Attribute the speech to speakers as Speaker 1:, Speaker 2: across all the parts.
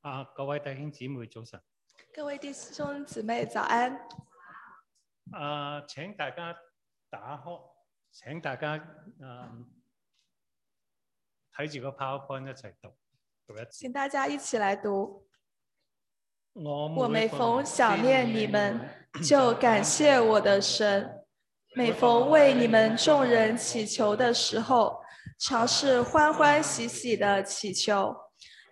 Speaker 1: 啊，各位弟兄姊妹早晨。
Speaker 2: 各位弟兄姊妹早安，
Speaker 1: 啊，請大家打開，請大家啊睇住個 PowerPoint 一齊讀讀一次。
Speaker 2: 请大家一起来读。
Speaker 1: 我
Speaker 2: 我每逢想念你们，就感谢我的神。每逢为你们众人祈求的时候，常是欢欢喜喜的祈求，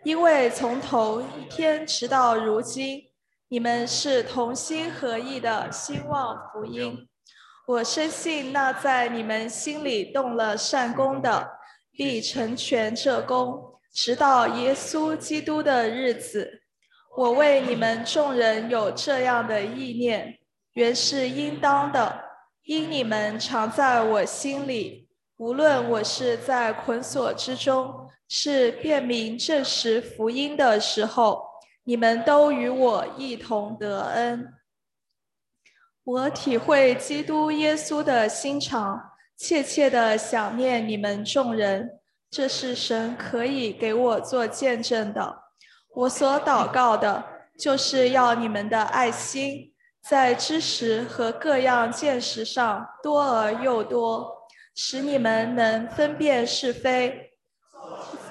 Speaker 2: 因为从头一天直到如今，你们是同心合意的兴旺福音。我深信那在你们心里动了善功的，必成全这功，直到耶稣基督的日子。我为你们众人有这样的意念，原是应当的，因你们常在我心里。无论我是在捆锁之中，是辨明证实福音的时候，你们都与我一同得恩。我体会基督耶稣的心肠，切切的想念你们众人，这是神可以给我做见证的。我所祷告的，就是要你们的爱心在知识和各样见识上多而又多，使你们能分辨是非，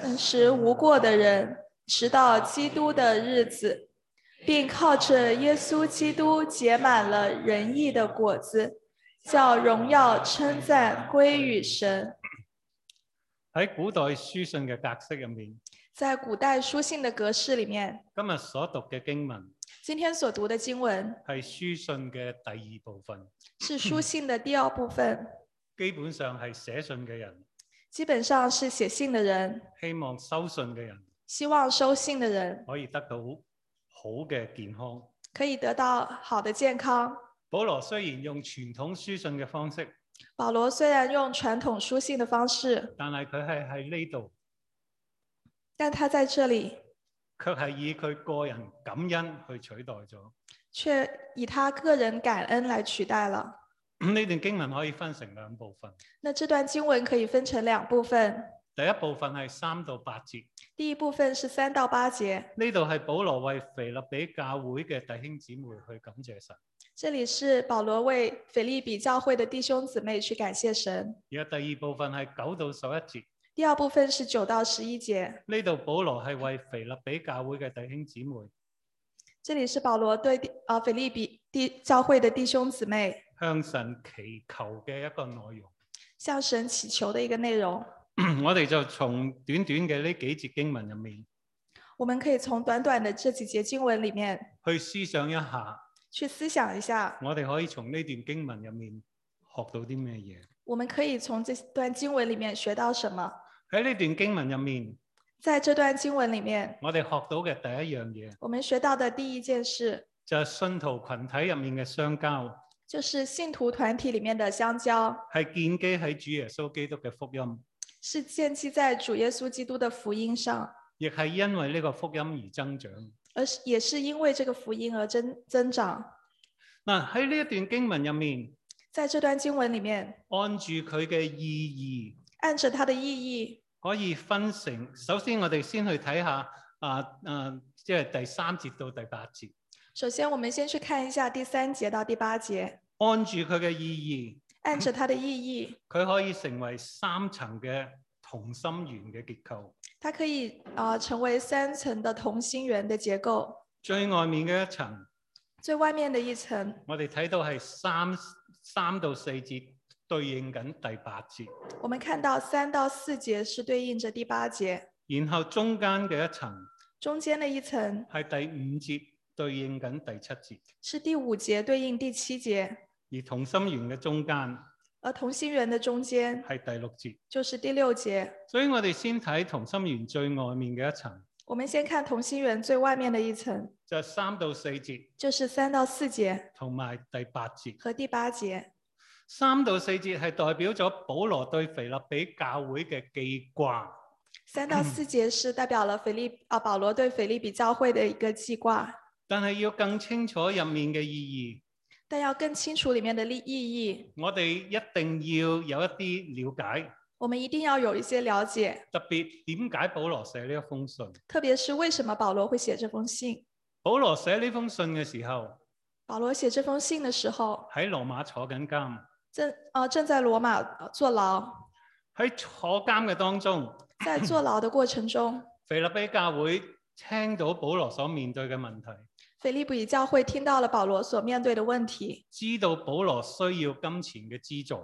Speaker 2: 嗯识无过的人，直到基督的日子，并靠着耶稣基督结满了仁义的果子，叫荣耀称赞归于神。
Speaker 1: 喺古代書信嘅格式入面，
Speaker 2: 在古代书信的格式里面，
Speaker 1: 今日所讀嘅經文
Speaker 2: 今天所读的经文
Speaker 1: 係書信嘅第二部分，
Speaker 2: 是书信的第二部分。
Speaker 1: 基本上係寫信嘅人
Speaker 2: 基本上是写信的人，
Speaker 1: 希望收信嘅人
Speaker 2: 希望收信的人
Speaker 1: 可以得到好嘅健康。
Speaker 2: 可以得到好的健康。
Speaker 1: 保羅雖然用傳統書信嘅方式，
Speaker 2: 保罗虽然用传统书信的方式，
Speaker 1: 但係佢係喺呢度，
Speaker 2: 但他在这里
Speaker 1: 卻係以佢個人感恩去取代咗。
Speaker 2: 却以他个人感恩来取代了。
Speaker 1: 呢段經文可以分成兩部分，
Speaker 2: 那这段经文可以分成两部分，
Speaker 1: 第一部分係三到八節，
Speaker 2: 第一部分是三到八节，
Speaker 1: 呢度係保羅為腓立比教會嘅弟兄姊妹去感謝神；
Speaker 2: 这里是保罗为腓利比教会的弟兄姊妹去感谢神。
Speaker 1: 而第二部分係九到十一節，
Speaker 2: 第二部分是九到十一节，
Speaker 1: 呢度保羅係為腓立比教會嘅弟兄姊妹
Speaker 2: 这里是保罗对弟呃腓利比弟教会的弟兄姊妹
Speaker 1: 向神祈求嘅一個內容。
Speaker 2: 向神祈求的一个内容。
Speaker 1: 我哋就從短短嘅呢幾節經文入面
Speaker 2: 我们可以从短短的这几节经文里面
Speaker 1: 去思想一下，
Speaker 2: 去思想一下，
Speaker 1: 我哋可以從呢段經文入面學到啲咩嘢？
Speaker 2: 我们可以从这段经文里面学到什么。
Speaker 1: 喺呢段經文入面，
Speaker 2: 在这段经文里面，
Speaker 1: 我哋學到嘅第一樣嘢
Speaker 2: 我们学到的第一件事
Speaker 1: 就係信徒群體入面嘅相交，
Speaker 2: 就是信徒团体里面的相交
Speaker 1: 係建基喺主耶穌基督嘅福音，
Speaker 2: 是建基在主耶稣基督的福音上，
Speaker 1: 亦係因為呢個福音而增長。
Speaker 2: 而是也是因为这个福音而增增长。
Speaker 1: 嗱喺呢一段經文入面，
Speaker 2: 在这段经文里面，
Speaker 1: 按住佢嘅意義，
Speaker 2: 按着它的意义，
Speaker 1: 可以分成。首先，我哋先去睇下啊啊，即係第三節到第八節，
Speaker 2: 首先我们先去看一下第三节到第八节，
Speaker 1: 按住佢嘅意義。
Speaker 2: 按着它的意义，
Speaker 1: 佢可以成為三層嘅同心圓嘅結構，
Speaker 2: 它可以啊、呃成为三层的同心圆的结构。
Speaker 1: 最外面嘅一層，
Speaker 2: 最外面的一层，
Speaker 1: 我哋睇到係三三到四節對應緊第八節，
Speaker 2: 我们看到三到四节是对应着第八节，
Speaker 1: 然後中間嘅一層
Speaker 2: 中间的一层
Speaker 1: 係第五節對應緊第七節，
Speaker 2: 是第五节对应第七节，
Speaker 1: 而同心圓嘅中間
Speaker 2: 而同心圆的中间
Speaker 1: 係第六節。
Speaker 2: 就是第六节。
Speaker 1: 所以我哋先睇同心圓最外面嘅一層，
Speaker 2: 我们先看同心圆最外面的一层，
Speaker 1: 就係三到四節
Speaker 2: 就是三到四节
Speaker 1: 同埋第八節。
Speaker 2: 和第八节。
Speaker 1: 三到四節係代表咗保羅對腓立比教會嘅記掛。
Speaker 2: 三到四节是代表了腓利啊保罗对腓利比教会的一个记挂，
Speaker 1: 但係要更清楚入面嘅意
Speaker 2: 但要更清楚里面的利意义，
Speaker 1: 義，我哋一定要有一啲了解，
Speaker 2: 我我们一定要有一些了解，
Speaker 1: 特別點解保羅寫呢一封信？
Speaker 2: 特别是为什么保罗会写这封信。
Speaker 1: 保羅寫呢封信嘅時候，
Speaker 2: 保罗写这封信的时候，
Speaker 1: 喺羅馬坐緊監，
Speaker 2: 正呃正在罗马呃坐牢，
Speaker 1: 喺坐監嘅當中，
Speaker 2: 在坐牢的过程中，
Speaker 1: 腓立比教會聽到保羅所面對嘅問題，
Speaker 2: 腓利比教会听到了保罗所面对的问题，
Speaker 1: 知道保羅需要金錢嘅資助，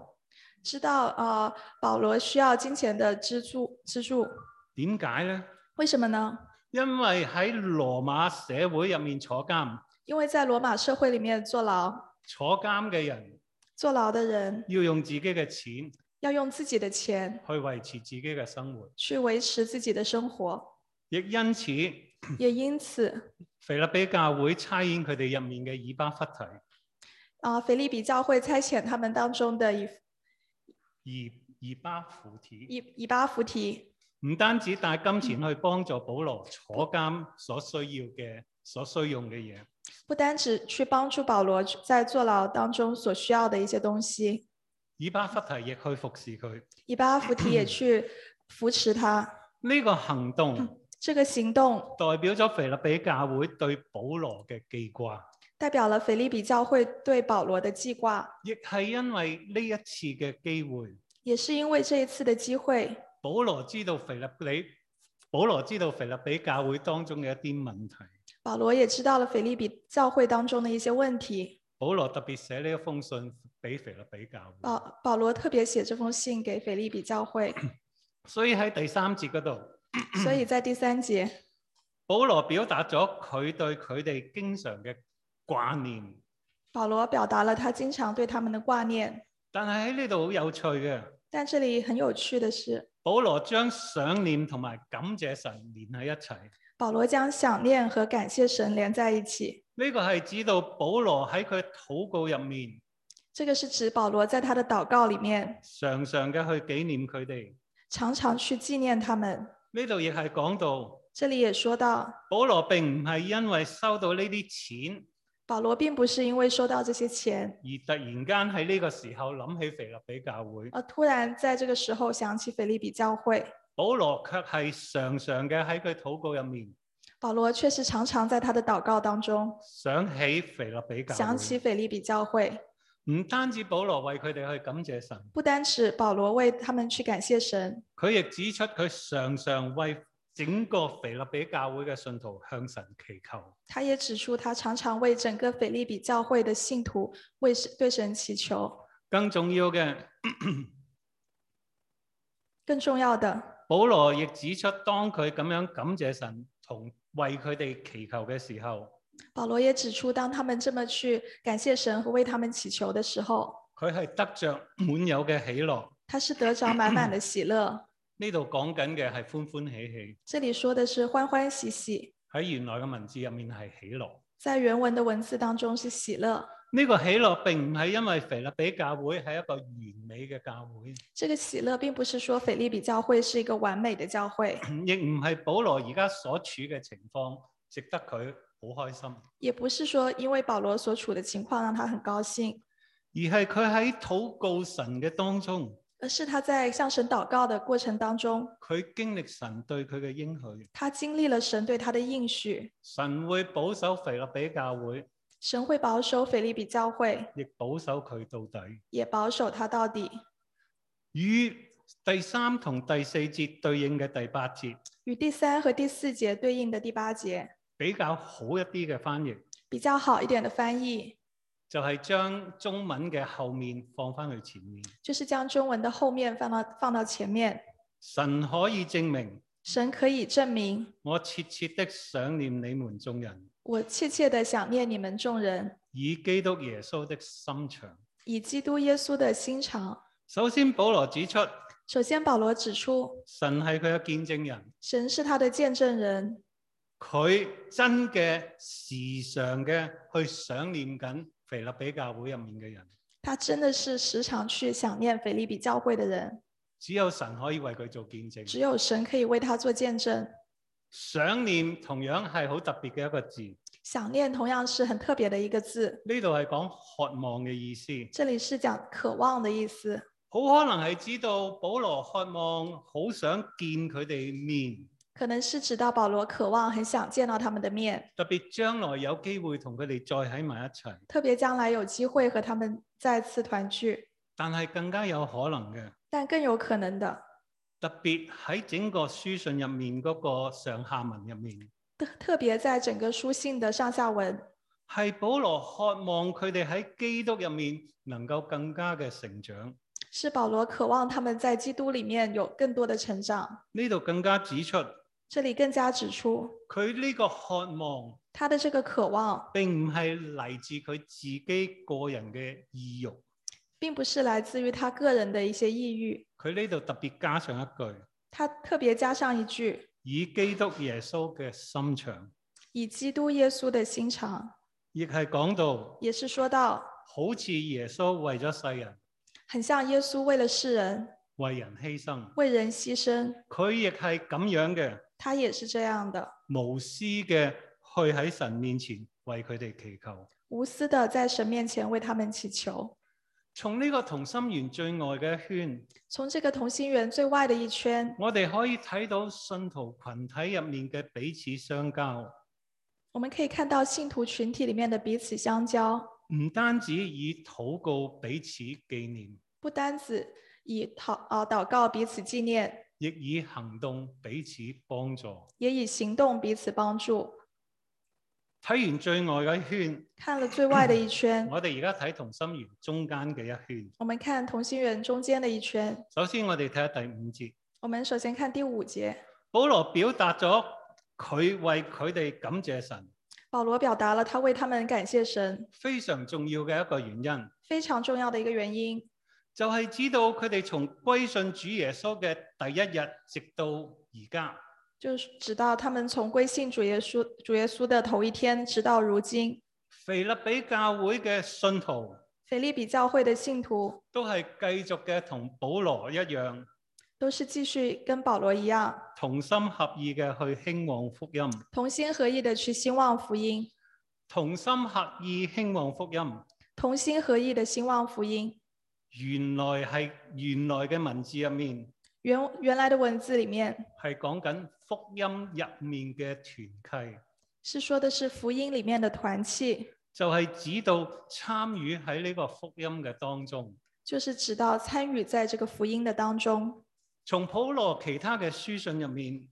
Speaker 2: 知道呃保罗需要金钱的资助资助，
Speaker 1: 點解呢？
Speaker 2: 为什么呢？
Speaker 1: 因為喺羅馬社會入面坐監，
Speaker 2: 因为在罗马社会里面坐牢，
Speaker 1: 坐監嘅人
Speaker 2: 坐牢的人
Speaker 1: 要用自己嘅錢
Speaker 2: 要用自己的钱
Speaker 1: 去維持自己嘅生活，
Speaker 2: 去维持自己的生活，
Speaker 1: 亦因此
Speaker 2: 也因此
Speaker 1: 腓立比教會差遣佢哋入面嘅以巴弗提，
Speaker 2: 啊、呃、腓利比教会差遣他们当中的以
Speaker 1: 以以巴弗提，
Speaker 2: 以以巴弗提，
Speaker 1: 唔單止帶金錢去幫助保羅坐監所需要嘅所需用嘅嘢，
Speaker 2: 不单只去帮助保罗在坐牢当中所需要的一些东西，
Speaker 1: 以巴弗提亦去服侍佢。
Speaker 2: 以巴弗提也去扶持他。
Speaker 1: 呢、個行動
Speaker 2: 这个行动
Speaker 1: 代表咗腓立比教會對保羅嘅記掛，
Speaker 2: 代表了腓利比教会对保罗的记挂，
Speaker 1: 亦係因為呢一次嘅機會。
Speaker 2: 也是因为这一次的机会，
Speaker 1: 保羅知道腓立比，保羅知道腓立比教會當中嘅一啲問題。
Speaker 2: 保罗也知道了腓利比教会当中的一些问题。
Speaker 1: 保羅特別寫呢一封信俾腓立比教會，
Speaker 2: 保保罗特别写这封信给腓利比教会，
Speaker 1: 所以喺第三節嗰度，
Speaker 2: 所以在第三节，
Speaker 1: 保羅表達咗佢對佢哋經常嘅掛念。
Speaker 2: 保罗表达了他经常对他们的挂念。
Speaker 1: 但係喺呢度好有趣嘅，
Speaker 2: 但这里很有趣的是，
Speaker 1: 保羅將想念同埋感謝神連喺一齊。
Speaker 2: 保罗将想念和感谢神连在一起。
Speaker 1: 呢、個係指到保羅喺佢禱告入面，
Speaker 2: 这个是指保罗在他的祷告里面
Speaker 1: 常常嘅去紀念佢哋。
Speaker 2: 常常去纪念他们。
Speaker 1: 呢度亦係講到
Speaker 2: 这里也说到，
Speaker 1: 保羅並唔係因為收到呢啲錢
Speaker 2: 保罗并不是因为收到这些钱
Speaker 1: 而突然間喺呢個時候諗起腓立比教會，
Speaker 2: 而突然在这个时候想起腓利比教会，
Speaker 1: 保羅卻係常常嘅喺佢禱告入面
Speaker 2: 保罗却是常常在他的祷告当中
Speaker 1: 想起腓立比教
Speaker 2: 想
Speaker 1: 會。
Speaker 2: 起腓利比教会。
Speaker 1: 唔單止保羅為佢哋去感謝神，
Speaker 2: 不单是保罗为他们去感谢神，
Speaker 1: 佢亦指出佢常常為整個腓立比教會嘅信徒向神祈求。
Speaker 2: 他也指出他常常为整个腓利比教会的信徒为神对神祈求。
Speaker 1: 更重要嘅，
Speaker 2: 更重要的，
Speaker 1: 保羅亦指出，當佢咁樣感謝神同為佢哋祈求嘅時候，
Speaker 2: 保罗也指出，当他们这么去感谢神和为他们祈求的时候，
Speaker 1: 佢係得着滿有嘅喜樂。
Speaker 2: 他是得着满满的喜乐。
Speaker 1: 呢度講緊嘅係歡歡喜喜，
Speaker 2: 这里说的是欢欢喜喜，
Speaker 1: 喺原來嘅文字入面係喜樂。
Speaker 2: 在原文的文字当中是喜乐。
Speaker 1: 呢、個喜樂並唔係因為腓立比教會係一個完美嘅教會，
Speaker 2: 这个喜乐并不是说腓利比教会是一个完美的教会，
Speaker 1: 亦唔係保羅而家所處嘅情況值得佢好開心，
Speaker 2: 也不是说因为保罗所处的情况让他很高兴，
Speaker 1: 而係佢喺禱告神嘅當中，
Speaker 2: 而是他在向神祷告的过程当中，
Speaker 1: 佢經歷神對佢嘅應許。
Speaker 2: 他经历了神对他的应许，
Speaker 1: 神會保守腓立比教會，
Speaker 2: 神会保守腓利比教会，
Speaker 1: 亦保守佢到底。
Speaker 2: 也保守他到底。
Speaker 1: 與第三同第四節對應嘅第八節
Speaker 2: 与第三和第四节对应的第八节
Speaker 1: 比較好一啲嘅翻譯，
Speaker 2: 比较好一点的翻译，
Speaker 1: 就係、將中文嘅後面放翻去前面。
Speaker 2: 就是将中文的后面放到放到前面。
Speaker 1: 神可以證明
Speaker 2: 神可以证明，
Speaker 1: 我切切的想念你們眾人，
Speaker 2: 我切切的想念你们众人，
Speaker 1: 以基督耶穌的心腸。
Speaker 2: 以基督耶稣的心肠。
Speaker 1: 首先，保羅指出
Speaker 2: 首先，保羅指出，
Speaker 1: 神係佢嘅見證人，
Speaker 2: 神是他的见证人，
Speaker 1: 佢真嘅時常嘅去想念緊腓立比教會入面嘅人。
Speaker 2: 他真的是时常去想念腓利比教会的人，
Speaker 1: 只有神可以為佢做見證。
Speaker 2: 只有神可以为他做见证。
Speaker 1: 想念同樣係好特別嘅一個字，呢
Speaker 2: 想念同样是很特别的一个字，
Speaker 1: 度係講渴望嘅意思。
Speaker 2: 这里是讲渴望的意思。
Speaker 1: 好可能係知道保羅渴望好想見佢哋面，
Speaker 2: 可能是指到保罗渴望很想见到他們的面，
Speaker 1: 特別將來有機會同佢哋再喺埋一齊。
Speaker 2: 特别将来有机会和他们再次团聚。
Speaker 1: 但係更加有可能嘅，
Speaker 2: 但更有可能的，
Speaker 1: 特別喺整個書信入面嗰個上下文入面，
Speaker 2: 特特别在整个书信的上下文，
Speaker 1: 係保羅渴望佢哋喺基督入面能夠更加嘅成長。
Speaker 2: 是保罗渴望他们在基督里面有更多的成长。
Speaker 1: 呢度更加指出，
Speaker 2: 这里更加指出，
Speaker 1: 佢呢個渴望
Speaker 2: 他的这个渴望，
Speaker 1: 並唔係嚟自佢自己個人嘅意欲。
Speaker 2: 并不是来自于他个人的一些抑郁。
Speaker 1: 佢呢度特別加上一句：
Speaker 2: 他特别加上一句
Speaker 1: 以基督耶穌嘅心腸，：“
Speaker 2: 以基督耶稣的心肠。
Speaker 1: 亦係講到”
Speaker 2: 也是说到，
Speaker 1: 好似耶穌為咗世人
Speaker 2: 很像耶稣为了世人
Speaker 1: 為人犧牲，
Speaker 2: 为人牺牲，
Speaker 1: 佢亦係咁樣嘅
Speaker 2: 他也是這樣的，
Speaker 1: 無私嘅去喺神面前為佢哋祈求。
Speaker 2: 无私的在神面前为他们祈求。
Speaker 1: 從呢個同心圓最外嘅一圈，
Speaker 2: 从这个同心圆最外的一圈，
Speaker 1: 我哋可以睇到信徒群體入面嘅彼此相交。
Speaker 2: 我们可以看到信徒群体里面的彼此相交，
Speaker 1: 唔單止以禱告彼此紀念，
Speaker 2: 不单只以祷啊祷告彼此纪念，
Speaker 1: 亦以行動彼此幫助。
Speaker 2: 也以行动彼此帮助。
Speaker 1: 睇完最外嘅一圈，
Speaker 2: 看了最外的一圈，
Speaker 1: 我哋而家睇同心圓中間嘅一圈。
Speaker 2: 我们看同心圆中间的一圈。
Speaker 1: 首先，我哋睇下第五節，
Speaker 2: 我们首先看第五节，
Speaker 1: 保羅表達咗佢為佢哋感謝神，
Speaker 2: 保罗表达了他为他们感谢神
Speaker 1: 非常重要嘅一個原因，
Speaker 2: 非常重要的一个原因，
Speaker 1: 就係、知道佢哋從歸信主耶穌嘅第一日直到而家，
Speaker 2: 就是直到他们从归信主耶稣主耶稣的头一天，直到如今，
Speaker 1: 腓立比教會嘅信徒
Speaker 2: 腓利比教会的信徒
Speaker 1: 都係繼續嘅同保羅一樣。
Speaker 2: 都是继续跟保罗一样，
Speaker 1: 同心合意嘅去興旺福音，
Speaker 2: 同心合意的去兴旺福音，
Speaker 1: 同心合意興旺福音，
Speaker 2: 同心合意的兴旺福音。
Speaker 1: 原來係原來嘅文字入面
Speaker 2: 原原来的文字里面
Speaker 1: 係講緊福音入面嘅團契，
Speaker 2: 是说的是福音里面的团契，
Speaker 1: 就係指到參與喺呢個福音嘅當中。
Speaker 2: 就是指到参与在这个福音的当中。
Speaker 1: 從保羅其他嘅書信入面，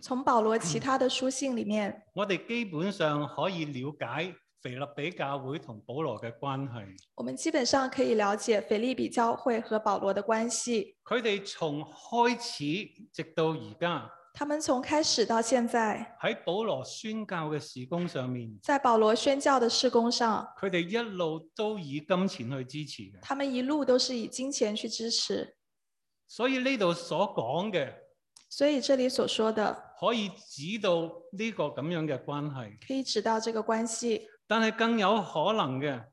Speaker 2: 从保罗其他的书信里面，
Speaker 1: 我哋基本上可以了解腓立比教會同保羅嘅關係。
Speaker 2: 我们基本上可以了解腓利比教会和保罗的关系。
Speaker 1: 佢哋從開始直到而家
Speaker 2: 他们从开始到现在，
Speaker 1: 喺保羅宣教嘅事工上面。
Speaker 2: 在保罗宣教的事工上，
Speaker 1: 佢哋一路都以金錢去支持嘅，
Speaker 2: 他们一路都是以金钱去支持。
Speaker 1: 所以呢度所講嘅
Speaker 2: 所以这里所说的，
Speaker 1: 可以指到呢個咁樣嘅關係，
Speaker 2: 可以指到这个关系，
Speaker 1: 但係更有可能嘅，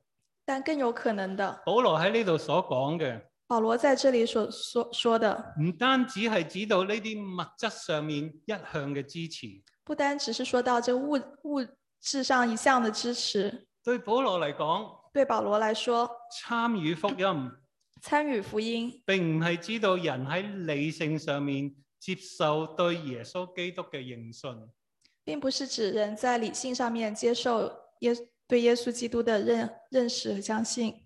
Speaker 2: 但更有可能的，
Speaker 1: 保羅喺呢度所講嘅
Speaker 2: 保罗在这里所所说的，
Speaker 1: 唔單止係指到呢啲物質上面一向嘅支持，
Speaker 2: 不单只是说到这物物质上一项的支持，
Speaker 1: 對保羅嚟講，
Speaker 2: 对保罗来说，
Speaker 1: 參與福音
Speaker 2: 参与福音
Speaker 1: 並唔係指到人喺理性上面接受對耶穌基督嘅認信，
Speaker 2: 并不是指人在理性上面接受耶对耶稣基督的认认识和相信。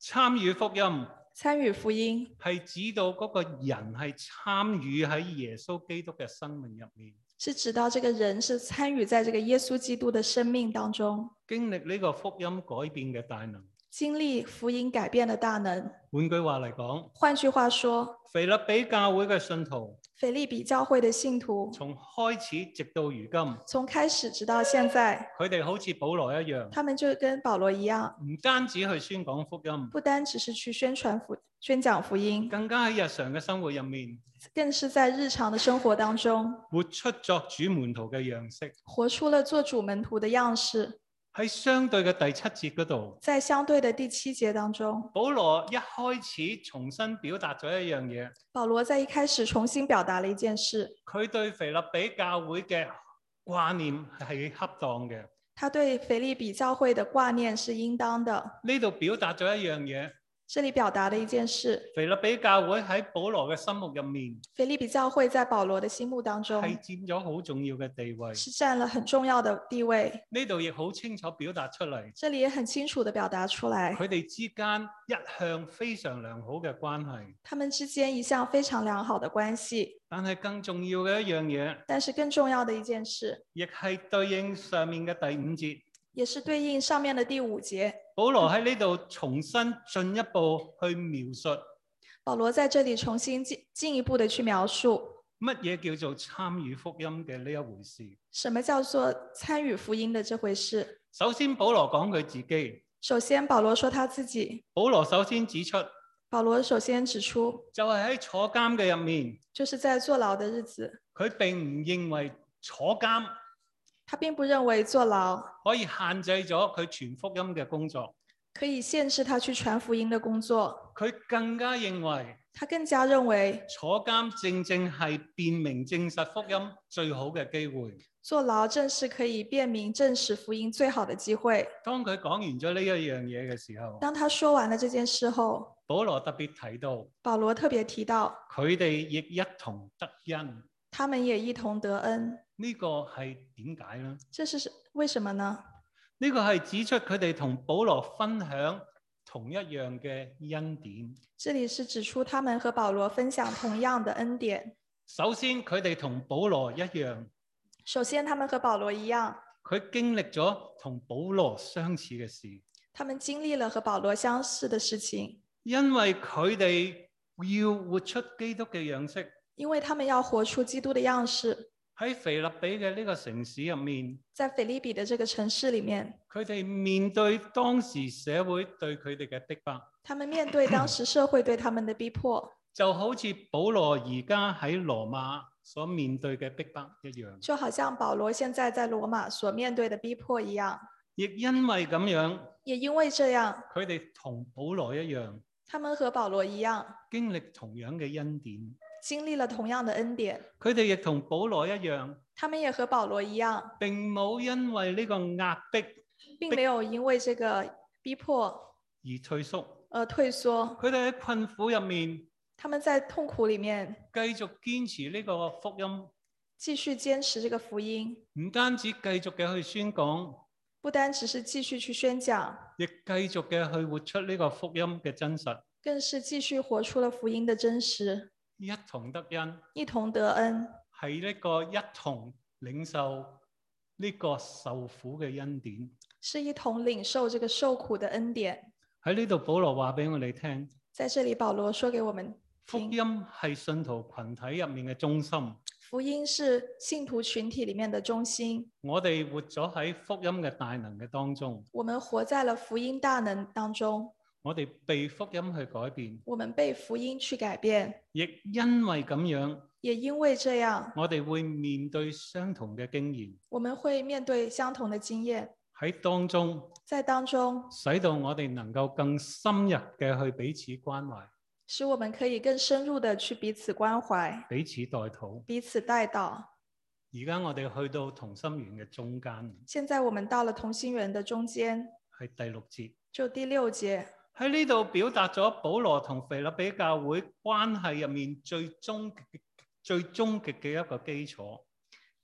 Speaker 1: 參與福音。
Speaker 2: 参与福音
Speaker 1: 係指到嗰個人係參與喺耶穌基督嘅生命入面，
Speaker 2: 是指到这个人是参与在这个耶稣基督的生命当中，
Speaker 1: 經歷呢個福音改變嘅大能。
Speaker 2: 经历福音改变的大能。
Speaker 1: 換句話嚟講，
Speaker 2: 换句话说，
Speaker 1: 腓立比教會嘅信徒
Speaker 2: 腓利比教会的信徒
Speaker 1: 從開始直到如今，佢
Speaker 2: 从开始直到现在，
Speaker 1: 哋好似保羅一樣，
Speaker 2: 他们就跟保罗一样，
Speaker 1: 唔單止去宣講福音，
Speaker 2: 不单只是去宣传福宣讲福音，
Speaker 1: 更加喺日常嘅生活入面
Speaker 2: 更是在日常的生活当中
Speaker 1: 活出作主門徒嘅樣式。
Speaker 2: 活出了做主门徒的样式。
Speaker 1: 喺相對嘅第七節嗰度，
Speaker 2: 在相对的第七节当中，
Speaker 1: 保羅一開始重新表達咗一樣嘢。
Speaker 2: 保罗在一开始重新表达了一件事，
Speaker 1: 佢對腓立比教會嘅掛念係恰當嘅。
Speaker 2: 他对腓利比教会的挂念是应当的。
Speaker 1: 呢度表達咗一樣嘢，
Speaker 2: 这里表达的一件事，
Speaker 1: 腓立比教會喺保羅嘅心目入面
Speaker 2: 腓利比教会在保罗的心目当中
Speaker 1: 係佔咗好重要嘅地位，
Speaker 2: 是占了很重要的地位。
Speaker 1: 呢度亦好清楚表達出嚟，
Speaker 2: 这里也很清楚的表达出来，
Speaker 1: 佢哋之間一向非常良好嘅關係。
Speaker 2: 他们之间一向非常良好的关系。
Speaker 1: 但係更重要嘅一樣嘢，
Speaker 2: 但是更重要的一件事，
Speaker 1: 亦係對應上面嘅第五節。
Speaker 2: 也是对应上面的第五节，
Speaker 1: 保羅喺呢度重新進一步去描述
Speaker 2: 保罗在这里重新进进一步的去描述
Speaker 1: 乜嘢叫做參與福音嘅呢一回事。
Speaker 2: 什么叫做参与福音的这回事。
Speaker 1: 首先，保羅講佢自己。
Speaker 2: 首先，保罗说他自己，
Speaker 1: 保羅首先指出，
Speaker 2: 保罗首先指出，
Speaker 1: 就係喺坐監嘅入面，
Speaker 2: 就是在坐牢的日子，
Speaker 1: 佢並唔認為坐監
Speaker 2: 他并不认为坐牢
Speaker 1: 可以限制咗佢傳福音嘅工作。
Speaker 2: 可以限制他去传福音的工作，
Speaker 1: 佢更加認為
Speaker 2: 他更加认为
Speaker 1: 坐監正正係辨明證實福音最好嘅機會。
Speaker 2: 坐牢正是可以辨明证实福音最好的机会。
Speaker 1: 當佢講完咗呢一樣嘢嘅時候，
Speaker 2: 当他说完了这件事后，
Speaker 1: 保羅特別提到
Speaker 2: 保罗特别提到，
Speaker 1: 佢哋亦一同得恩。
Speaker 2: 他们也一同得恩，
Speaker 1: 呢、個係點解呢？
Speaker 2: 这是是为什么呢？
Speaker 1: 呢、個係指出佢哋同保羅分享同一樣嘅恩典。
Speaker 2: 这里是指出他们和保罗分享同样的恩典。
Speaker 1: 首先，佢哋同保羅一樣，
Speaker 2: 首先，他们和保罗一样，
Speaker 1: 佢經歷咗同保羅相似嘅事，
Speaker 2: 他们经历了和保罗相似的事情，
Speaker 1: 因為佢哋要活出基督嘅樣式。
Speaker 2: 因为他们要活出基督的样式。
Speaker 1: 喺腓立比嘅呢個城市入面，
Speaker 2: 在腓利比的这个城市里面，
Speaker 1: 佢哋面對當時社會對佢哋嘅逼迫，
Speaker 2: 他们面对当时社会对他们的逼迫，
Speaker 1: 就好似保羅而家喺羅馬所面對嘅逼迫一樣。
Speaker 2: 就好像保罗现在在罗马所面对的逼迫一样。
Speaker 1: 亦因為咁樣，
Speaker 2: 也因为这样，
Speaker 1: 佢哋同保羅一樣
Speaker 2: 他们和保罗一样，
Speaker 1: 經歷同樣嘅恩典。
Speaker 2: 经历了同样的恩典。
Speaker 1: 佢哋亦同保羅一樣，
Speaker 2: 他们也和保罗一样，
Speaker 1: 並冇因為呢個壓迫
Speaker 2: 并没有因为这个逼迫
Speaker 1: 而退縮。
Speaker 2: 而退缩。
Speaker 1: 佢哋喺困苦入面
Speaker 2: 他们在痛苦里面
Speaker 1: 繼續堅持呢個福音，
Speaker 2: 继续坚持这个福音，
Speaker 1: 唔單止繼續嘅去宣講，
Speaker 2: 不单只是继续去宣讲，
Speaker 1: 亦繼續嘅去活出呢個福音嘅真實，
Speaker 2: 更是继续活出了福音的真实，
Speaker 1: 一同得恩，
Speaker 2: 一同得恩，
Speaker 1: 係呢個一同領受呢個受苦嘅恩典。
Speaker 2: 是一同领受这个受苦的恩典。
Speaker 1: 喺呢度，保羅話俾我哋聽，
Speaker 2: 在这里，保罗说给我们
Speaker 1: 福音係信徒群體入面嘅中心。
Speaker 2: 福音是信徒群体里面的中心，
Speaker 1: 我哋活咗喺福音嘅大能嘅當中，
Speaker 2: 我们活在了福音大能当中，
Speaker 1: 我哋被福音去改變，
Speaker 2: 我们被福音去改变，
Speaker 1: 亦因為咁樣，
Speaker 2: 也因为这样，
Speaker 1: 我哋會面對相同嘅經驗
Speaker 2: 我们会面对相同的经验，
Speaker 1: 喺當中，
Speaker 2: 在当中
Speaker 1: 使到我哋能夠更深入嘅去彼此關懷、
Speaker 2: 使我们可以更深入的去彼此关怀。
Speaker 1: 彼此代禱。
Speaker 2: 彼此带到。
Speaker 1: 而家我哋去到同心圓嘅中間，
Speaker 2: 现在我们到了同心圆的中间，
Speaker 1: 係第六節。
Speaker 2: 就第六节，
Speaker 1: 喺呢度表達咗保羅同腓立比教會關係入面最終極、最終極嘅一個基礎。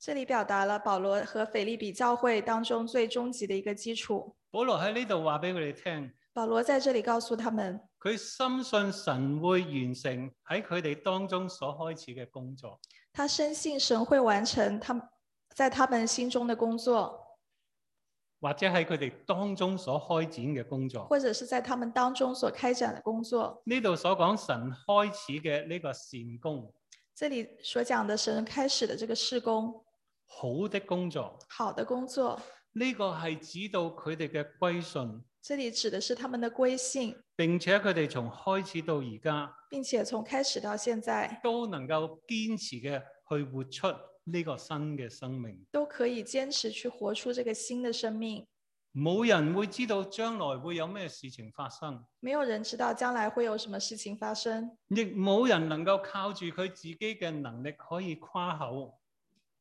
Speaker 2: 这里表达了保罗和腓利比教会当中最终极的一个基础。
Speaker 1: 保羅喺呢度話俾佢哋聽。
Speaker 2: 保罗在这里告诉他们，
Speaker 1: 佢深信神會完成喺佢哋當中所開始嘅工作。
Speaker 2: 他深信神会完成他们在他们心中的工作，
Speaker 1: 或者喺佢哋當中所開展嘅工作，
Speaker 2: 或者是在他们当中所开展的工作。
Speaker 1: 呢度所講神開始嘅呢個善工，
Speaker 2: 这里所讲的神开始的这个事工，
Speaker 1: 好的工作，
Speaker 2: 好的工作，
Speaker 1: 呢、個係指到佢哋嘅歸信，
Speaker 2: 这里指的是他们的归信，
Speaker 1: 並且佢哋從開始到而家
Speaker 2: 并且从开始到现在
Speaker 1: 都能夠堅持嘅去活出呢個新嘅生命。
Speaker 2: 都可以坚持去活出这个新的生命。
Speaker 1: 冇人會知道將來會有咩事情發生，
Speaker 2: 没有人知道将来会有什么事情发生，
Speaker 1: 亦冇人能夠靠住佢自己嘅能力可以誇口。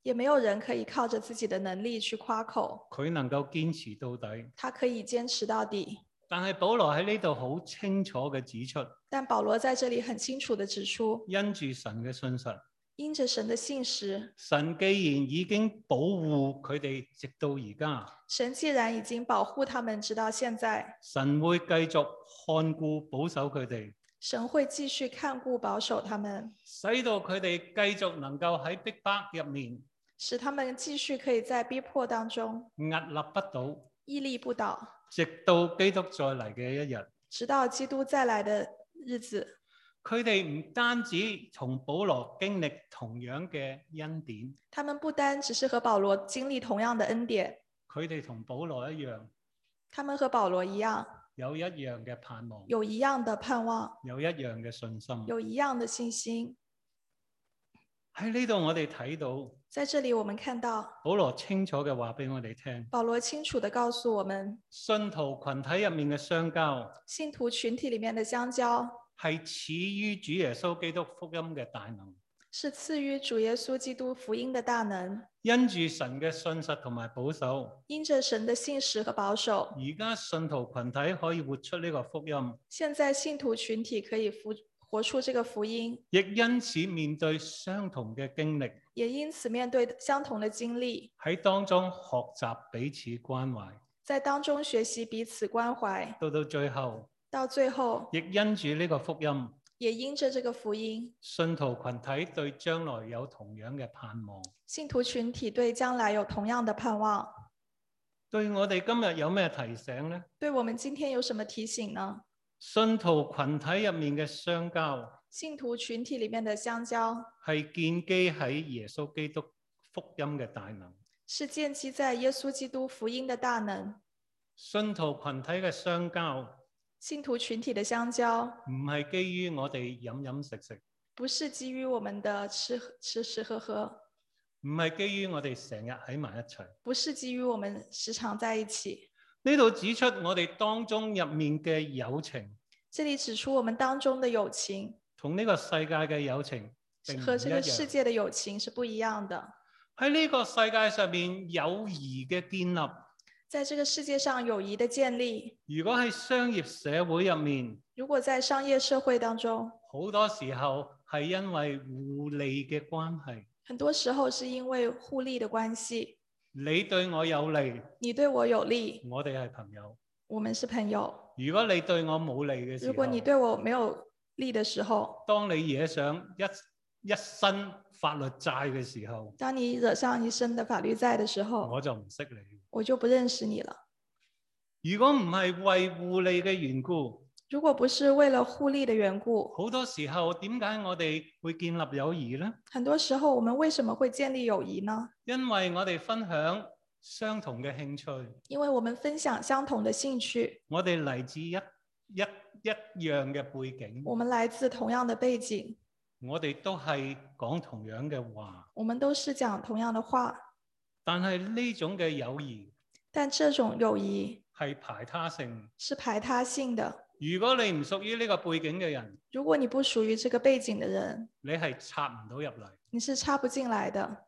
Speaker 2: 也没有人可以靠着自己的能力去夸口，
Speaker 1: 佢能夠堅持到底，
Speaker 2: 他可以坚持到底。
Speaker 1: 但係保羅喺呢度好清楚嘅指出，
Speaker 2: 但保罗在这里很清楚的指出，
Speaker 1: 因住神嘅信實，
Speaker 2: 因着神的信实，
Speaker 1: 神既然已經保護佢哋，直到而家，
Speaker 2: 神既然已经保护他们直到现在，
Speaker 1: 神會繼續看顧保守佢哋，
Speaker 2: 神会继续看顾保守他们，
Speaker 1: 使到佢哋繼續能夠喺逼迫入面
Speaker 2: 使他们继续可以在逼迫当中
Speaker 1: 屹立不倒，
Speaker 2: 屹立不倒，
Speaker 1: 直到基督再嚟嘅一日。
Speaker 2: 直到基督再来的日子。
Speaker 1: 佢哋唔單止同保羅經歷同樣嘅恩典，
Speaker 2: 他们不单只是和保罗经历同样的恩典，
Speaker 1: 佢哋同保羅一樣
Speaker 2: 他们和保罗一样，
Speaker 1: 有一樣嘅盼望，
Speaker 2: 有一样的盼望，
Speaker 1: 有一樣嘅信心。
Speaker 2: 有一样的信心。
Speaker 1: 喺呢度我哋睇到
Speaker 2: 在这里，我们看到
Speaker 1: 保羅清楚嘅話俾我哋聽，
Speaker 2: 保罗清楚的告诉我们，
Speaker 1: 信徒群體入面嘅相交
Speaker 2: 信徒群体里面的相交
Speaker 1: 係始於主耶穌基督福音嘅大能，
Speaker 2: 是赐予主耶稣基督福音的大能，
Speaker 1: 因住神嘅信實同埋保守，
Speaker 2: 因着神的信实和保守，
Speaker 1: 而家信徒群體可以活出呢個福音，
Speaker 2: 现在信徒群体可以服活出这个福音，
Speaker 1: 亦因此面對相同嘅經歷。
Speaker 2: 也因此面对相同的经历，
Speaker 1: 喺當中學習彼此關懷，
Speaker 2: 在当中学习彼此关怀，
Speaker 1: 到到最後，
Speaker 2: 到最后
Speaker 1: 亦因住呢個福音，
Speaker 2: 也因着这个福音，
Speaker 1: 信徒群體對將來有同樣嘅盼望。
Speaker 2: 信徒群体对将来有同样的盼望。
Speaker 1: 對我哋今日有咩提醒呢？
Speaker 2: 对我们今天有什么提醒呢？
Speaker 1: 信徒群體入面嘅相交
Speaker 2: 信徒群体里面的相交
Speaker 1: 係建基喺耶穌基督福音嘅大能。
Speaker 2: 是建基在耶稣基督福音的大能，
Speaker 1: 信徒群體嘅相交
Speaker 2: 信徒群体的相交
Speaker 1: 唔係基於我哋飲飲食食，
Speaker 2: 不是基于我们的吃喝吃吃喝喝，
Speaker 1: 唔係基於我哋成日喺埋一齊。
Speaker 2: 不是基于我们时常在一起。
Speaker 1: 呢度指出我哋當中入面嘅友情。
Speaker 2: 这里指出我们当中的友情
Speaker 1: 同呢個世界嘅友情並唔一
Speaker 2: 和这个世
Speaker 1: 樣。
Speaker 2: 界的友情是不一样的。
Speaker 1: 喺呢個世界上面，友誼嘅建立，
Speaker 2: 在这个世界上，友谊的建立，
Speaker 1: 如果喺商業社會入面，
Speaker 2: 如果在商业社会当中，
Speaker 1: 好多時候係因為互利嘅關係，
Speaker 2: 很多时候是因为互利的关系，
Speaker 1: 你對我有利，
Speaker 2: 你对我有利，
Speaker 1: 我哋係朋友；
Speaker 2: 我们是朋友；
Speaker 1: 如果你對我冇利嘅時
Speaker 2: 如果你
Speaker 1: 候，
Speaker 2: 对我没有利的时候，
Speaker 1: 當你惹上一一身法律債嘅時候，
Speaker 2: 当你惹上一身的法律债的时候，
Speaker 1: 我就唔識你。
Speaker 2: 我就不认识你了。
Speaker 1: 如果唔係為互利嘅緣故，
Speaker 2: 如果不是为了互利的缘故，
Speaker 1: 好多時候點解我哋會建立友誼呢？
Speaker 2: 很多时候我们为什么会建立友谊呢？
Speaker 1: 因為我哋分享相同嘅興趣，
Speaker 2: 因为我们分享相同的兴趣，
Speaker 1: 我哋嚟自一一一樣嘅背景，
Speaker 2: 我们来自同样的背景，
Speaker 1: 我哋都係講同樣嘅話，
Speaker 2: 我们都是讲同样的话，
Speaker 1: 但係呢種嘅友誼
Speaker 2: 但这种友谊
Speaker 1: 係排他性。
Speaker 2: 是排他性的。
Speaker 1: 如果你唔屬於呢個背景嘅人，
Speaker 2: 如果你不属于这个背景的人，
Speaker 1: 你係插唔到入嚟。
Speaker 2: 你是插不进来的。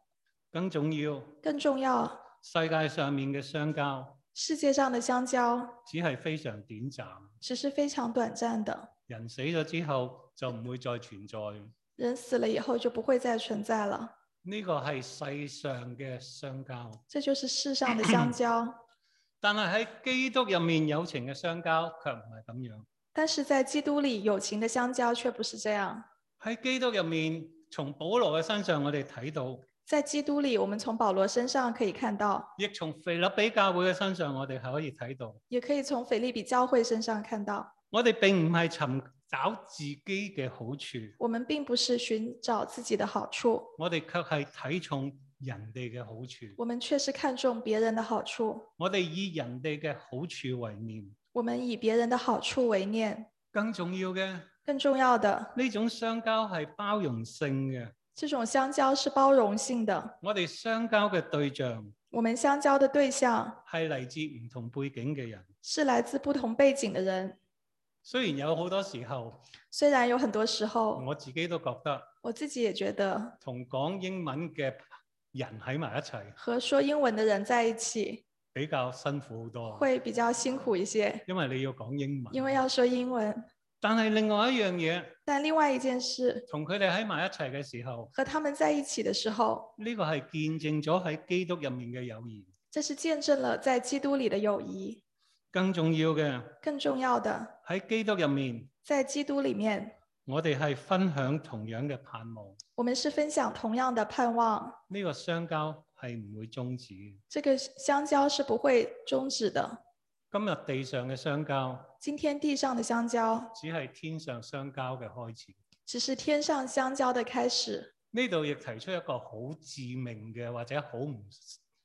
Speaker 1: 更重要，
Speaker 2: 更重要，
Speaker 1: 世界上面嘅相交
Speaker 2: 世界上的相交
Speaker 1: 只係非常短暫，
Speaker 2: 只是非常短暂的，
Speaker 1: 人死咗之後就唔會再存在。
Speaker 2: 人死了以后就不会再存在了。
Speaker 1: 呢個係世上嘅相交。
Speaker 2: 这就是世上的相交。
Speaker 1: 但係喺基督入面友情嘅相交，卻唔係咁樣。
Speaker 2: 但是在基督里，友情的相交却不是这样。
Speaker 1: 喺基督入面，從保羅嘅身上，我哋睇到，
Speaker 2: 在基督里，我们從保罗身上可以看到，
Speaker 1: 亦從腓立比教會嘅身上，我哋係可以睇到，
Speaker 2: 也可以從腓利比教会身上看到，
Speaker 1: 我哋並唔係尋找自己嘅好處，
Speaker 2: 我们並不是寻找自己的好处，
Speaker 1: 我哋卻係睇重人哋嘅好處，
Speaker 2: 我们却是看重别人的好处，
Speaker 1: 我哋以人哋嘅好處為念。
Speaker 2: 我们以别人的好处为念。
Speaker 1: 更重要嘅
Speaker 2: 更重要的，
Speaker 1: 呢種相交係包容性嘅，
Speaker 2: 这种相交是包容性的，
Speaker 1: 我哋相交嘅對象
Speaker 2: 我们相交的对象
Speaker 1: 係嚟自唔同背景嘅人。
Speaker 2: 是来自不同背景的人。
Speaker 1: 雖然有好多時候，
Speaker 2: 虽然有很多时候，
Speaker 1: 我自己都覺得
Speaker 2: 我自己也觉得
Speaker 1: 同講英文嘅人喺埋一齊
Speaker 2: 和说英文的人在一起
Speaker 1: 比較辛苦好多，
Speaker 2: 会比较辛苦一些，
Speaker 1: 因為你要講英文。
Speaker 2: 因為要说英文。
Speaker 1: 但係另外一樣嘢，
Speaker 2: 但另外一件事，
Speaker 1: 同佢哋喺埋一齊嘅時候，
Speaker 2: 和他们在一起的时候，
Speaker 1: 呢、個係見證咗喺基督入面嘅友誼。
Speaker 2: 这是见证了在基督里的友谊。
Speaker 1: 更重要嘅
Speaker 2: 更重要的，
Speaker 1: 喺基督入面，
Speaker 2: 在基督里面，
Speaker 1: 我哋係分享同樣嘅盼望，
Speaker 2: 我们是分享同样的盼望，
Speaker 1: 呢、個相交係唔會終止嘅。
Speaker 2: 这个相交是不会终止的。
Speaker 1: 今日地上嘅相交，
Speaker 2: 今天地上的相交，
Speaker 1: 只係天上相交嘅開始。
Speaker 2: 只是天上相交的开始。
Speaker 1: 呢度亦提出一個好致命嘅，或者好唔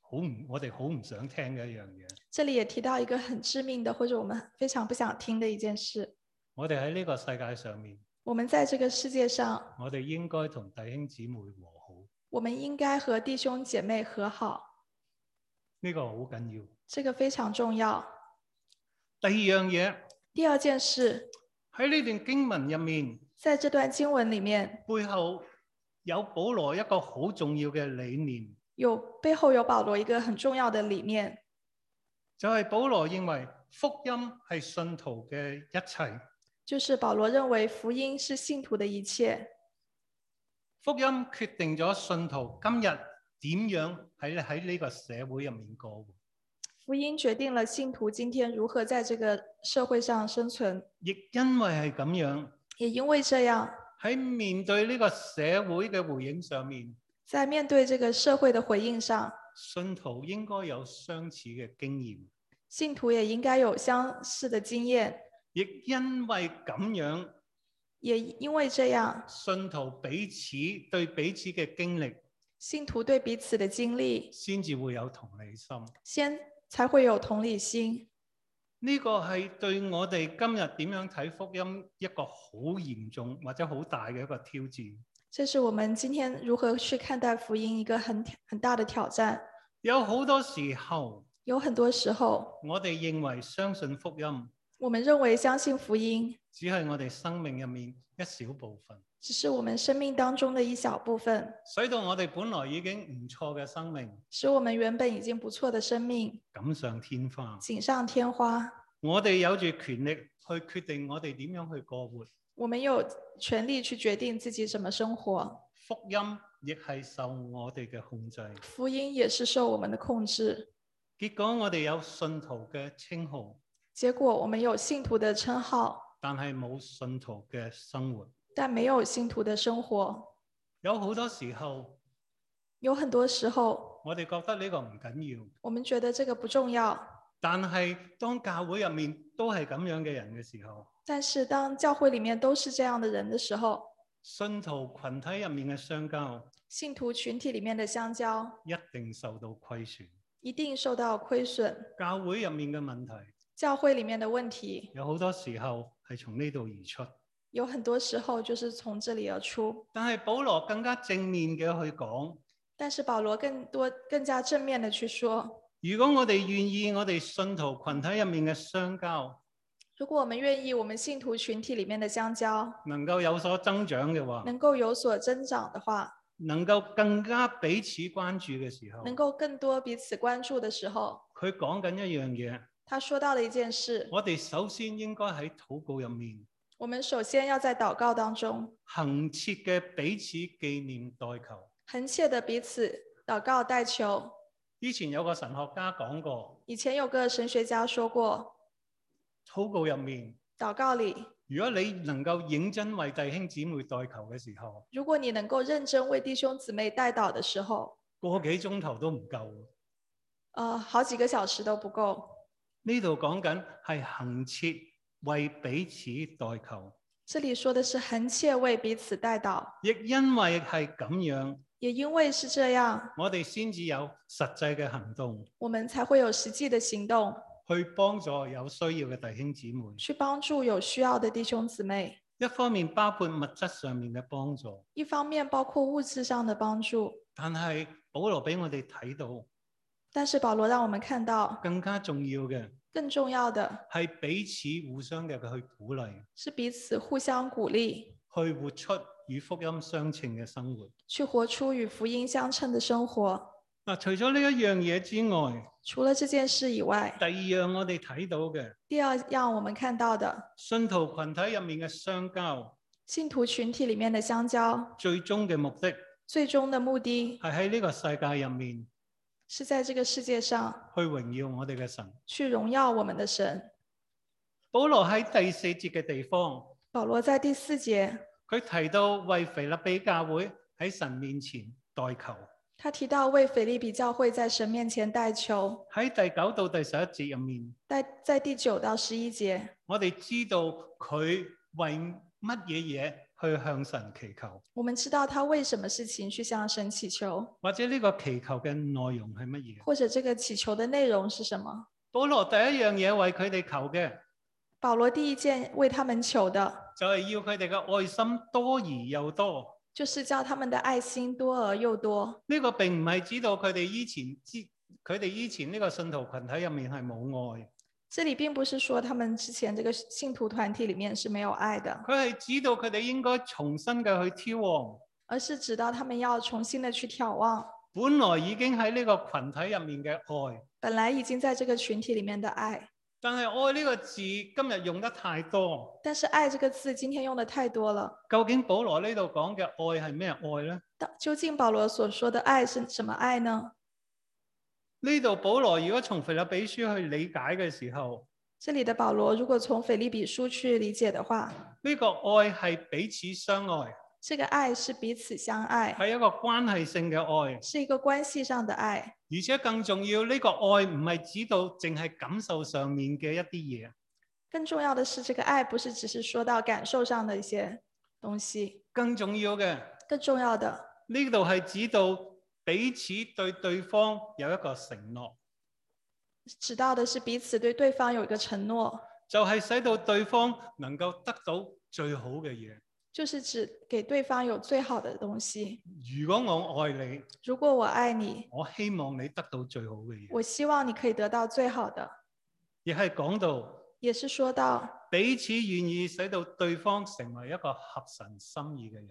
Speaker 1: 好唔，我哋好唔想聽嘅一樣嘢。
Speaker 2: 这里也提到一个很致命的，或者我们非常不想听的一件事：
Speaker 1: 我哋喺呢個世界上面，
Speaker 2: 我们在这个世界上，
Speaker 1: 我哋應該同弟兄姊妹和好，
Speaker 2: 我们应该和弟兄姐妹和好，
Speaker 1: 呢、個好緊要。
Speaker 2: 这个非常重要。
Speaker 1: 第二樣嘢
Speaker 2: 第二件事，
Speaker 1: 喺呢段經文入面，
Speaker 2: 在这段经文里面
Speaker 1: 背後有保羅一個好重要嘅理念，
Speaker 2: 有背后有保罗一个很重要的理念，
Speaker 1: 就係、保羅認為福音係信徒嘅一切，
Speaker 2: 就是保罗认为福音是信徒的一切，
Speaker 1: 福音決定咗信徒今日點樣喺喺呢個社會入面過活。
Speaker 2: 福音决定了信徒今天如何在这个社会上生存。
Speaker 1: 亦因為係咁樣，
Speaker 2: 也因为这样，
Speaker 1: 喺面對呢個社會嘅回應上面，
Speaker 2: 在面对这个社会的回应上，
Speaker 1: 信徒應該有相似嘅經驗。
Speaker 2: 信徒也应该有相似的经验。
Speaker 1: 亦因為咁樣，
Speaker 2: 也因为这样，
Speaker 1: 信徒彼此對彼此嘅經歷，
Speaker 2: 信徒对彼此的经历，
Speaker 1: 先至會有同理心。
Speaker 2: 先才会有同理心。
Speaker 1: 呢、個係對我哋今日點樣睇福音一個好嚴重或者好大嘅一個挑戰。
Speaker 2: 这是我们今天如何去看待福音一个很很大的挑战。
Speaker 1: 有好多時候，
Speaker 2: 有很多时候，
Speaker 1: 我哋認為相信福音
Speaker 2: 我们认为相信福音
Speaker 1: 只係我哋生命入面一小部分，
Speaker 2: 只是我们生命当中的一小部分，
Speaker 1: 使到我哋本來已經唔錯嘅生命
Speaker 2: 使我们原本已经不错的生命
Speaker 1: 錦上添花。
Speaker 2: 锦上添花。
Speaker 1: 我哋有住權力去決定我哋點樣去過活。
Speaker 2: 我们有权利去决定自己怎么生活，
Speaker 1: 福音亦係受我哋嘅控制。
Speaker 2: 福音也是受我们的控制。
Speaker 1: 結果我哋有信徒嘅稱號，
Speaker 2: 结果我们有信徒的称号，
Speaker 1: 但係冇信徒嘅生活。
Speaker 2: 但没有信徒的生活。
Speaker 1: 有好多時候，
Speaker 2: 有很多时候，
Speaker 1: 我哋覺得呢個唔緊要，
Speaker 2: 我们觉得这个不重要，
Speaker 1: 但係當教會入面都係咁樣嘅人嘅時候，
Speaker 2: 但是当教会里面都是这样的人的时候，
Speaker 1: 信徒群體入面嘅相交
Speaker 2: 信徒群体里面的相交
Speaker 1: 一定受到虧損。
Speaker 2: 一定受到亏损。
Speaker 1: 教會入面嘅問題
Speaker 2: 教会里面的问题，
Speaker 1: 有好多時候係從呢度而出，
Speaker 2: 有很多时候就是从这里而出。
Speaker 1: 但係保羅更加正面嘅去講。
Speaker 2: 但是保罗更多、更加正面的去说，
Speaker 1: 如果我哋願意，我哋信徒群體入面嘅相交
Speaker 2: 如果我们愿意，我们信徒群体里面的相交
Speaker 1: 能夠有所增長嘅話，
Speaker 2: 能够有所增长的话，
Speaker 1: 能夠更加彼此關注嘅時候，
Speaker 2: 能够更多彼此关注的时候，
Speaker 1: 佢講緊一樣嘢，
Speaker 2: 他说到了一件事，
Speaker 1: 我哋首先應該喺禱告入面
Speaker 2: 我们首先要在祷告当中
Speaker 1: 恒切嘅彼此紀念代求。
Speaker 2: 恒切的彼此祷告代求。
Speaker 1: 以前有個神學家講過，
Speaker 2: 以前有个神学家说过，
Speaker 1: 禱告入面，
Speaker 2: 祷告里，
Speaker 1: 如果你能夠認真為弟兄姊妹代求嘅時候，
Speaker 2: 如果你能够认真为弟兄姊妹代祷的时候，
Speaker 1: 個幾鐘頭都唔夠。
Speaker 2: 呃，好几个小时都不够。
Speaker 1: 呢度講緊係恒切為彼此代求。
Speaker 2: 这里说的是恒切为彼此代祷，
Speaker 1: 亦因為係咁樣，
Speaker 2: 也因为是这样，
Speaker 1: 我哋先至有實際嘅行動
Speaker 2: 我们才会有实际的行动
Speaker 1: 去幫助有需要嘅弟兄姊妹。
Speaker 2: 去帮助有需要的弟兄姊妹。
Speaker 1: 一方面包括物質上面嘅幫助，
Speaker 2: 一方面包括物质上的帮助，
Speaker 1: 但係保羅俾我哋睇到
Speaker 2: 但是保罗让我们看到
Speaker 1: 更加重要嘅
Speaker 2: 更重要的
Speaker 1: 係彼此互相嘅去鼓勵，
Speaker 2: 是彼此互相鼓励，
Speaker 1: 去活出與福音相稱嘅生活。
Speaker 2: 去活出与福音相称的生活。
Speaker 1: 嗱，除咗呢一樣嘢之外，
Speaker 2: 除了这件事以外，
Speaker 1: 第二樣我哋睇到嘅
Speaker 2: 第二样我们看到的，
Speaker 1: 信徒群體入面嘅相交，
Speaker 2: 信徒群体里面的相交，
Speaker 1: 最終嘅目的
Speaker 2: 最终的目的
Speaker 1: 係喺呢個世界入面
Speaker 2: 是在这个世界上
Speaker 1: 去榮耀我哋嘅神。
Speaker 2: 去荣耀我们的神。
Speaker 1: 保羅喺第四節嘅地方，
Speaker 2: 保罗在第四节，
Speaker 1: 佢提到為腓立比教會喺神面前代求。
Speaker 2: 他提到为腓利比教会在神面前代求，
Speaker 1: 喺第九到第十一節入面，
Speaker 2: 在在第九到十一节，
Speaker 1: 我哋知道佢為乜嘢嘢去向神祈求，
Speaker 2: 我们知道他为什么事情去向神祈求，
Speaker 1: 或者呢個祈求嘅內容係乜嘢。
Speaker 2: 或者这个祈求的内容是什么。
Speaker 1: 保羅第一樣嘢為佢哋求嘅，
Speaker 2: 保罗第一件为他们求的，
Speaker 1: 就係要佢哋嘅愛心多而又多。
Speaker 2: 就是叫他们的爱心多而又多。
Speaker 1: 呢、個並唔係指到佢哋以前之，佢哋以前呢個信徒群體入面係冇愛，
Speaker 2: 这里并不是说他们之前这个信徒团体里面是没有爱的，
Speaker 1: 佢係指到佢哋應該重新嘅去挑旺。
Speaker 2: 而是直到他们要重新的去眺望
Speaker 1: 本來已經喺呢個群體入面嘅愛，
Speaker 2: 本来已经在這个群体里面的愛。
Speaker 1: 但係愛呢個字今日用得太多。
Speaker 2: 但是“愛”这个字今天用的太多了，
Speaker 1: 究竟保羅呢度講嘅愛係咩愛呢？
Speaker 2: 到究竟保罗所说的爱是什么爱呢？
Speaker 1: 呢度保羅如果從腓立比書去理解嘅時候，
Speaker 2: 这里的保罗如果从腓利比书去理解的话，
Speaker 1: 呢、個愛係彼此相愛，
Speaker 2: 这个愛是彼此相愛，
Speaker 1: 係一個關係性嘅愛。
Speaker 2: 是一个关系上的愛，
Speaker 1: 而且更重要，呢、個愛唔係指到淨係感受上面嘅一啲嘢，
Speaker 2: 更重要的是，这个愛不是只是说到感受上的一些东西，
Speaker 1: 更重要嘅
Speaker 2: 更重要的
Speaker 1: 呢度係指到彼此對對方有一個承諾，
Speaker 2: 指到的是彼此对对方有一个承诺，
Speaker 1: 就係使到對方能夠得到最好嘅嘢。
Speaker 2: 就是指给对方有最好的东西。
Speaker 1: 如果我愛你，
Speaker 2: 如果我爱你，
Speaker 1: 我希望你得到最好嘅嘢，
Speaker 2: 我希望你可以得到最好的，
Speaker 1: 亦係講到
Speaker 2: 也是说到
Speaker 1: 彼此願意使到對方成為一個合神心意嘅人。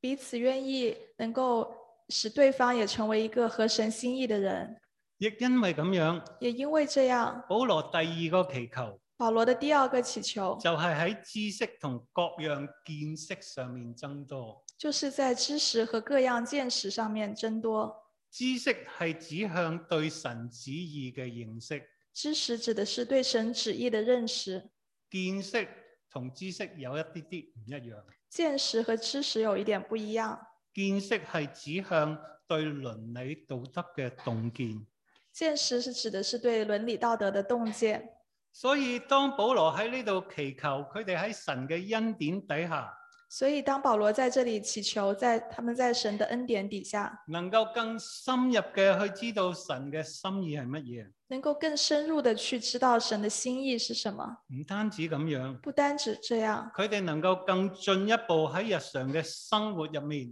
Speaker 2: 彼此愿意能够使对方也成为一个合神心意的人。
Speaker 1: 亦因為咁樣，
Speaker 2: 也因为这样，
Speaker 1: 保羅第二個祈求
Speaker 2: 保罗的第二个祈求
Speaker 1: 就係喺知識同各樣見識上面增多。
Speaker 2: 就是在知识和各样见识上面增多。
Speaker 1: 知識係指向對神旨意嘅認識，
Speaker 2: 知识指的是对神旨意的认识，
Speaker 1: 見識同知識有一啲啲唔一樣。
Speaker 2: 见识和知识有一点不一样。
Speaker 1: 見識係指向對倫理道德嘅洞見。
Speaker 2: 见识是指的是对伦理道德的洞见。
Speaker 1: 所以當保羅喺呢度祈求佢哋喺神嘅恩典底下，
Speaker 2: 所以，当保罗在这里祈求，在他们在神的恩典底下，
Speaker 1: 能夠更深入嘅去知道神嘅心意係乜嘢。
Speaker 2: 能够更深入的去知道神的心意是什么。
Speaker 1: 唔單止咁樣，
Speaker 2: 不单只这样，
Speaker 1: 佢哋能夠更進一步喺日常嘅生活入面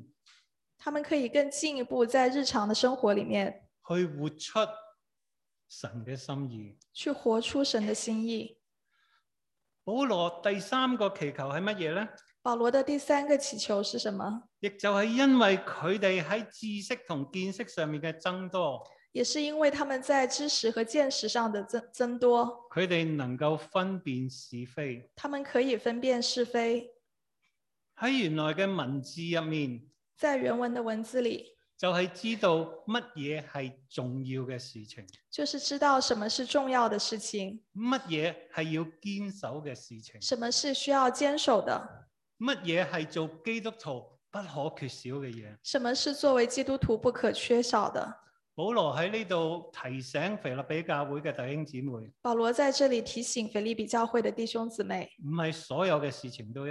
Speaker 2: 他们可以更进一步在日常的生活里面
Speaker 1: 去活出神嘅心意。
Speaker 2: 去活出神的心意。
Speaker 1: 保羅第三個祈求係乜嘢呢？
Speaker 2: 保罗的第三个祈求是什么？
Speaker 1: 亦就係因為佢哋喺知識同見識上面嘅增多，
Speaker 2: 也是因为他们在知识和见识上的增增多，
Speaker 1: 佢哋能夠分辨是非。
Speaker 2: 他们可以分辨是非。
Speaker 1: 喺原來嘅文字入面，
Speaker 2: 在原文的文字里，
Speaker 1: 就係知道乜嘢係重要嘅事情，
Speaker 2: 就是知道什么是重要的事情，
Speaker 1: 乜嘢係要堅守嘅事情，
Speaker 2: 什么是需要坚守的，
Speaker 1: 乜嘢係做基督徒不可缺少嘅嘢。
Speaker 2: 什么是作为基督徒不可缺少的。
Speaker 1: 保羅喺呢度提醒腓立比教會嘅弟兄姊妹，
Speaker 2: 保罗在这里提醒腓利比教会的弟兄姊妹，
Speaker 1: 唔係所有嘅事情都一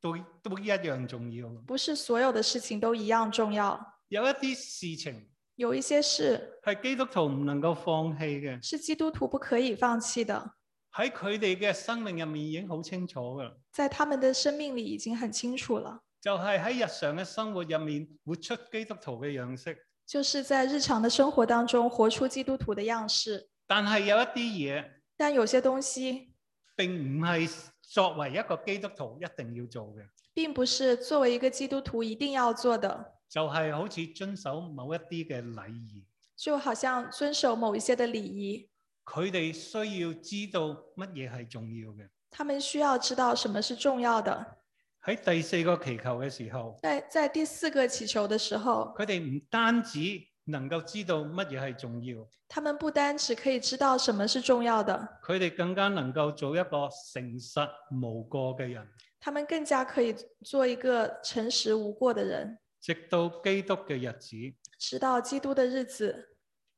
Speaker 1: 都都一樣重要。
Speaker 2: 不是所有的事情都一样重要，
Speaker 1: 有一啲事情
Speaker 2: 有一些事
Speaker 1: 係基督徒唔能夠放棄嘅，
Speaker 2: 是基督徒不可以放弃的，
Speaker 1: 喺佢哋嘅生命入面已經好清楚㗎。
Speaker 2: 在他们的生命里已经很清楚了，
Speaker 1: 就係喺日常嘅生活入面活出基督徒嘅樣式。
Speaker 2: 就是在日常的生活当中活出基督徒的样式。
Speaker 1: 但係有一啲嘢
Speaker 2: 但有些东西
Speaker 1: 並唔係作為一個基督徒一定要做嘅，
Speaker 2: 并不是作为一个基督徒一定要做的，
Speaker 1: 就係好似遵守某一啲嘅禮儀，
Speaker 2: 就好像遵守某一些的礼仪，
Speaker 1: 佢哋需要知道乜嘢係重要嘅。
Speaker 2: 他们需要知道什么是重要的。
Speaker 1: 喺第四個祈求嘅時候，
Speaker 2: 在在第四个祈求的时候，
Speaker 1: 佢哋唔單止能夠知道乜嘢係重要，
Speaker 2: 他们不单只可以知道什么是重要的，
Speaker 1: 佢哋更加能夠做一個誠實無過嘅人，
Speaker 2: 他们更加可以做一个诚实无过的人。
Speaker 1: 直到基督嘅日子。
Speaker 2: 直到基督的日子，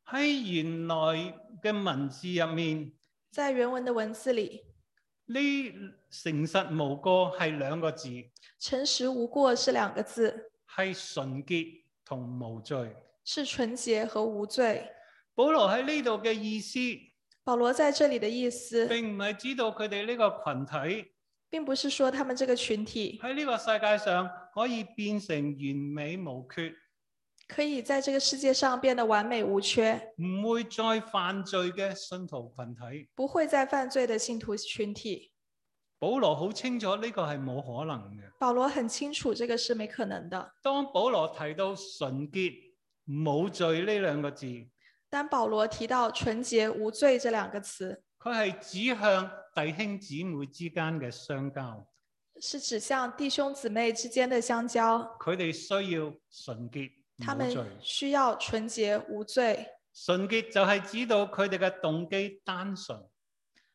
Speaker 1: 喺原來嘅文字入面，
Speaker 2: 在原文的文字里，
Speaker 1: 呢誠實無過係兩個字，
Speaker 2: 诚实无过是两个字，
Speaker 1: 係純潔同無罪。
Speaker 2: 是纯洁和无罪。
Speaker 1: 保羅喺呢度嘅意思，
Speaker 2: 保罗在这里的意思，
Speaker 1: 並唔係知道佢哋呢個群體
Speaker 2: 并不是说他们这个群体
Speaker 1: 喺呢個世界上可以變成完美無缺，
Speaker 2: 可以在这个世界上变得完美无缺，
Speaker 1: 唔會再犯罪嘅信徒群體。
Speaker 2: 不会再犯罪的信徒群体。
Speaker 1: 保羅好清楚呢個係冇可能嘅。
Speaker 2: 保罗很清楚这个是没可能的。
Speaker 1: 當保羅提到純潔冇罪呢兩個字，
Speaker 2: 当保罗提到纯洁无罪这两个词，
Speaker 1: 佢係指向弟兄姊妹之間嘅相交，
Speaker 2: 是指向弟兄姊妹之间的相交，
Speaker 1: 佢哋需要純潔
Speaker 2: 他
Speaker 1: 冇
Speaker 2: 们
Speaker 1: 罪。
Speaker 2: 需要纯洁无罪。
Speaker 1: 純潔就係指到佢哋嘅動機單純。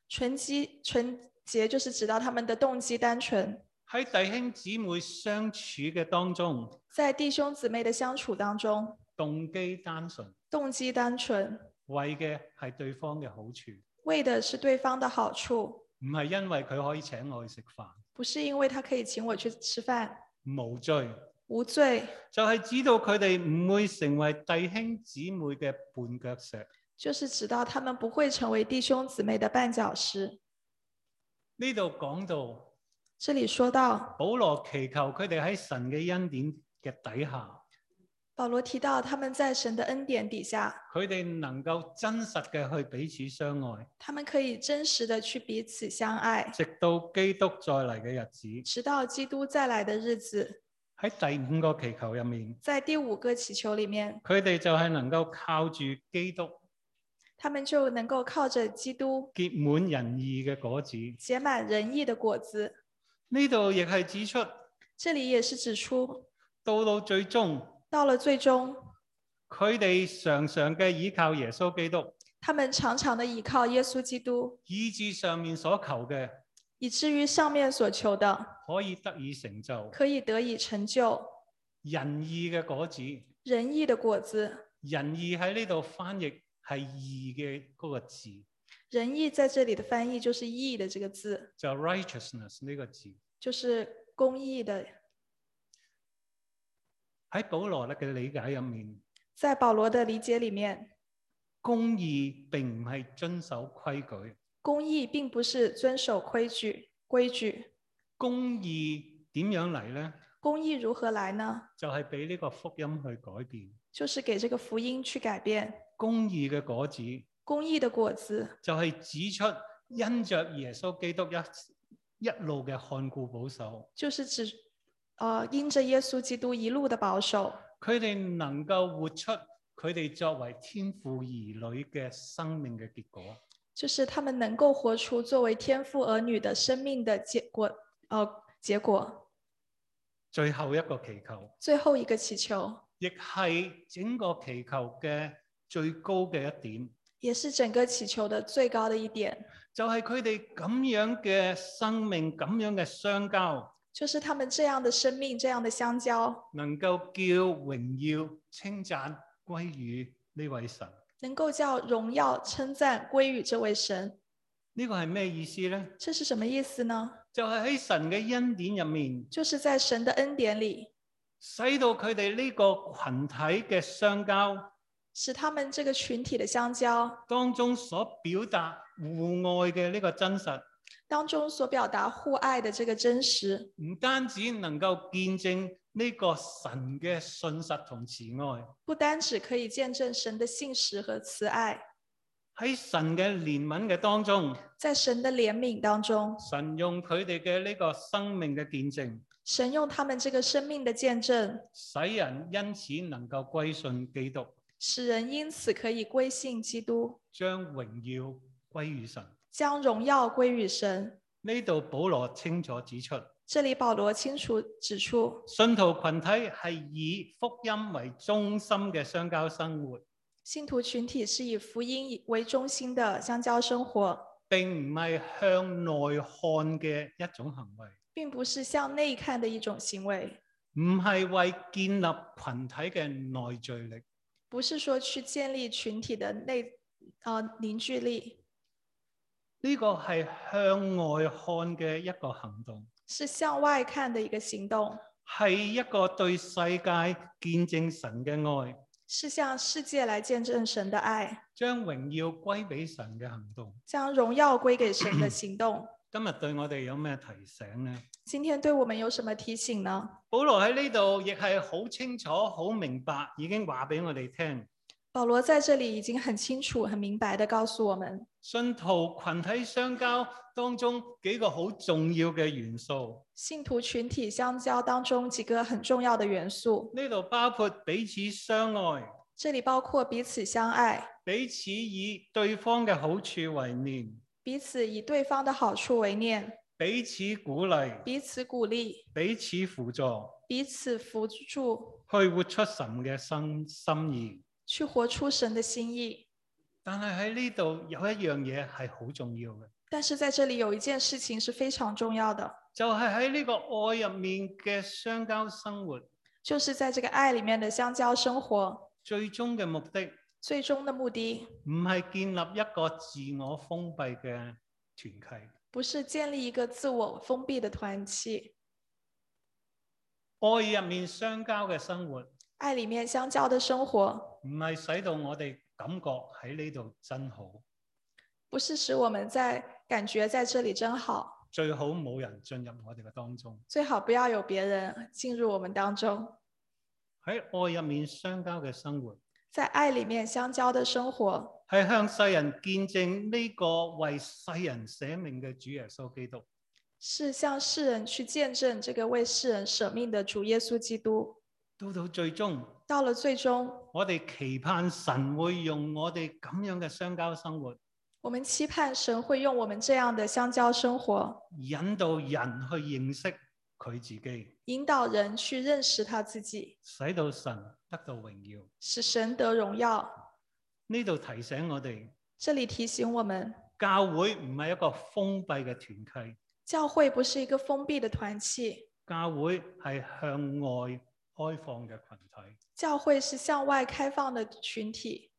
Speaker 2: 纯基纯洁就是指到他们的動機單純，
Speaker 1: 喺弟兄姊妹相處嘅當中，
Speaker 2: 在弟兄姊妹的相處當中，
Speaker 1: 動機單純，
Speaker 2: 動機單純，
Speaker 1: 為嘅係對方嘅好處，
Speaker 2: 為的是對方的好處，
Speaker 1: 唔係因為佢可以請我去食飯。
Speaker 2: 不是因為他可以請我去吃飯，
Speaker 1: 無罪
Speaker 2: 無罪
Speaker 1: 就係指到佢哋唔會成為弟兄姊妹嘅絆腳石。
Speaker 2: 就是指到他們不會成為弟兄姊妹的絆腳石。
Speaker 1: 呢度講到
Speaker 2: 這裡說到，
Speaker 1: 保羅祈求佢哋喺神嘅恩典嘅底下，
Speaker 2: 保羅提到他們在神的恩典底下，
Speaker 1: 佢哋能夠真實嘅去彼此相愛，
Speaker 2: 他們可以真實的去彼此相愛，
Speaker 1: 直到基督再嚟嘅日子。
Speaker 2: 直到基督再來的日子。
Speaker 1: 喺第五個祈求入面，
Speaker 2: 在第五個祈求裡面，
Speaker 1: 佢哋就係能夠靠住基督
Speaker 2: 他們就能夠靠着基督
Speaker 1: 結滿仁義嘅果子。
Speaker 2: 结满仁义的果子。
Speaker 1: 呢度亦係指出，
Speaker 2: 这里也是指出，
Speaker 1: 到到最終，
Speaker 2: 到了最终，
Speaker 1: 佢哋常常嘅倚靠耶穌基督，
Speaker 2: 他们常常的倚靠耶稣基督，
Speaker 1: 以致上面所求嘅
Speaker 2: 以至于上面所求的
Speaker 1: 可以得以成就，
Speaker 2: 可以得以成就
Speaker 1: 仁義嘅果子。
Speaker 2: 仁义的果子。
Speaker 1: 仁義喺呢度翻譯係義嘅嗰個字，
Speaker 2: 仁义在这里的翻译就是“义”的这个字，
Speaker 1: 就 righteousness 呢個字。
Speaker 2: 就是公义的。
Speaker 1: 喺保羅嘅理解入面，
Speaker 2: 在保罗的理解里面，
Speaker 1: 公義並唔係遵守規矩，
Speaker 2: 公义并不是遵守规矩，规矩。
Speaker 1: 公義點樣嚟呢？
Speaker 2: 公义如何来呢？
Speaker 1: 就係俾呢個福音去改變。
Speaker 2: 就是给这个福音去改变。
Speaker 1: 公義嘅果子
Speaker 2: 公义的果子，
Speaker 1: 就係指出因着耶穌基督一一路嘅看顧保守，
Speaker 2: 就是指，呃，因着耶稣基督一路的保守，
Speaker 1: 佢哋能夠活出佢哋作為天父兒女嘅生命嘅結果。
Speaker 2: 就是他们能够活出作为天父儿女的生命的结果。呃，结果
Speaker 1: 最後一個祈求。
Speaker 2: 最后一个祈求，
Speaker 1: 亦係整個祈求嘅最高嘅一點，
Speaker 2: 也是整个祈求的最高的一点，
Speaker 1: 就係佢哋咁樣嘅生命、咁樣嘅相交，
Speaker 2: 就是他们这样的生命，这样的相交，
Speaker 1: 能夠叫榮耀、稱讚歸於呢位神。
Speaker 2: 能够叫荣耀称赞归于这位神。
Speaker 1: 呢、個係咩意思呢？
Speaker 2: 这是什么意思呢？
Speaker 1: 就係喺神嘅恩典入面，
Speaker 2: 就是在神的恩典里，
Speaker 1: 使到佢哋呢個群體嘅相交
Speaker 2: 使他们这个群体的相交
Speaker 1: 當中所表達互愛嘅呢個真實，
Speaker 2: 当中所表达互爱的这个真实，
Speaker 1: 唔單止能夠見證呢個神嘅信實同慈愛。
Speaker 2: 不单只可以见证神的信实和慈爱，
Speaker 1: 喺神嘅憐憫嘅當中，
Speaker 2: 在神的怜悯当中，
Speaker 1: 神用佢哋嘅呢個生命嘅見證，
Speaker 2: 神用他们这个生命的见证，
Speaker 1: 使人因此能夠歸信基督。
Speaker 2: 使人因此可以归信基督，
Speaker 1: 將榮耀歸於神。
Speaker 2: 将荣耀归于神。
Speaker 1: 呢度保羅清楚指出，
Speaker 2: 这里保罗清楚指出，
Speaker 1: 信徒群體係以福音為中心嘅相交生活，
Speaker 2: 信徒群体是以福音为中心的相交生活，
Speaker 1: 並唔係向內看嘅一種行為，
Speaker 2: 并不是向内看的一种行为，
Speaker 1: 唔係為建立群體嘅內聚力。
Speaker 2: 不是说去建立群体的内呃凝聚力，
Speaker 1: 呢個係向外看嘅一個行動，
Speaker 2: 是向外看的一個行動，
Speaker 1: 係一個對世界見證神嘅愛，
Speaker 2: 是向世界来见证神的爱，
Speaker 1: 將榮耀歸俾神嘅行動。
Speaker 2: 将荣耀归给神的行動。
Speaker 1: 今日對我哋有咩提醒呢？
Speaker 2: 今天对我们有什么提醒呢？
Speaker 1: 保羅喺呢度亦係好清楚、好明白，已經話俾我哋聽，
Speaker 2: 保羅在这里已经很清楚、很明白的告诉我们，
Speaker 1: 信徒群體相交當中幾個好重要嘅元素，
Speaker 2: 信徒群体相交当中几个很重要的元素，
Speaker 1: 呢度包括彼此相愛、
Speaker 2: 这里包括彼此相爱，
Speaker 1: 彼此以對方嘅好處為念、
Speaker 2: 彼此以对方的好处为念，
Speaker 1: 彼此鼓勵、
Speaker 2: 彼此鼓励，
Speaker 1: 彼此輔助。
Speaker 2: 彼此扶助，
Speaker 1: 去活出神嘅心心意。
Speaker 2: 去活出神的心意。
Speaker 1: 但係喺呢度有一樣嘢係好重要嘅，
Speaker 2: 但是在这里有一件事情是非常重要的，
Speaker 1: 就係喺呢個愛入面嘅相交生活，
Speaker 2: 就是在这个爱里面的相交生活，
Speaker 1: 最終嘅目的
Speaker 2: 最终的目的
Speaker 1: 唔係建立一個自我封閉嘅團契。
Speaker 2: 不是建立一个自我封闭的团契。
Speaker 1: 愛入面相交嘅生活，
Speaker 2: 爱里面相交的生活，
Speaker 1: 唔係使到我哋感覺喺呢度真好，
Speaker 2: 不是使我们在感觉在这里真好，
Speaker 1: 最好冇人進入我哋嘅當中。
Speaker 2: 最好不要有别人进入我们当中。
Speaker 1: 喺愛入面相交嘅生活，
Speaker 2: 在爱里面相交的生活，
Speaker 1: 係向世人見證呢個為世人捨命嘅主耶穌基督。
Speaker 2: 是向世人去见证这个为世人舍命的主耶稣基督。
Speaker 1: 到到最終，
Speaker 2: 到了最终，
Speaker 1: 我哋期盼神會用我哋咁樣嘅相交生活，
Speaker 2: 我们期盼神会用我们这样的相交生活，
Speaker 1: 引導人去認識佢自己，
Speaker 2: 引导人去认识他自己，
Speaker 1: 使到神得到榮耀。
Speaker 2: 使神得荣耀。
Speaker 1: 呢度提醒我哋，
Speaker 2: 这里提醒我们，
Speaker 1: 教會唔係一個封閉嘅團契，
Speaker 2: 教会不是一个封闭的团契，
Speaker 1: 教會係向外開放嘅群體。
Speaker 2: 教会是向外开放的群体。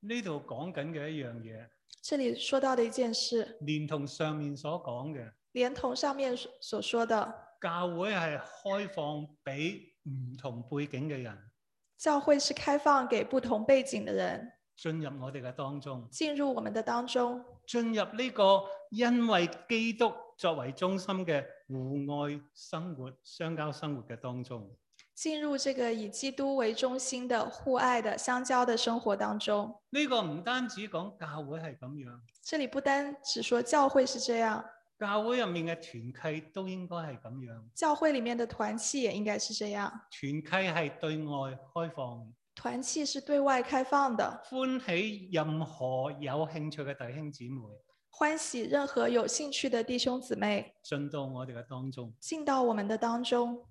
Speaker 1: 呢度講緊嘅一樣嘢，
Speaker 2: 这里说到的一件事，
Speaker 1: 連同上面所講嘅，
Speaker 2: 连同上面所所说的，
Speaker 1: 教會係開放俾唔同背景嘅人
Speaker 2: 教会是开放给不同背景的人
Speaker 1: 進入我哋嘅當中。
Speaker 2: 进入我们的当中，
Speaker 1: 進入呢個因為基督作為中心嘅户外生活、相交生活嘅當中，
Speaker 2: 进入这个以基督为中心的互爱的相交的生活当中。
Speaker 1: 呢、個唔單止講教會係咁樣，
Speaker 2: 这里不单只说教会是这样，
Speaker 1: 教會入面嘅團契都應該係咁樣。
Speaker 2: 教会里面的团契也应该是这样。
Speaker 1: 團契係對外開放，
Speaker 2: 团契是对外开放的，
Speaker 1: 歡喜任何有興趣嘅弟兄姊妹
Speaker 2: 欢喜任何有兴趣的弟兄姊妹
Speaker 1: 進到我哋嘅當中。
Speaker 2: 进到我们的当中。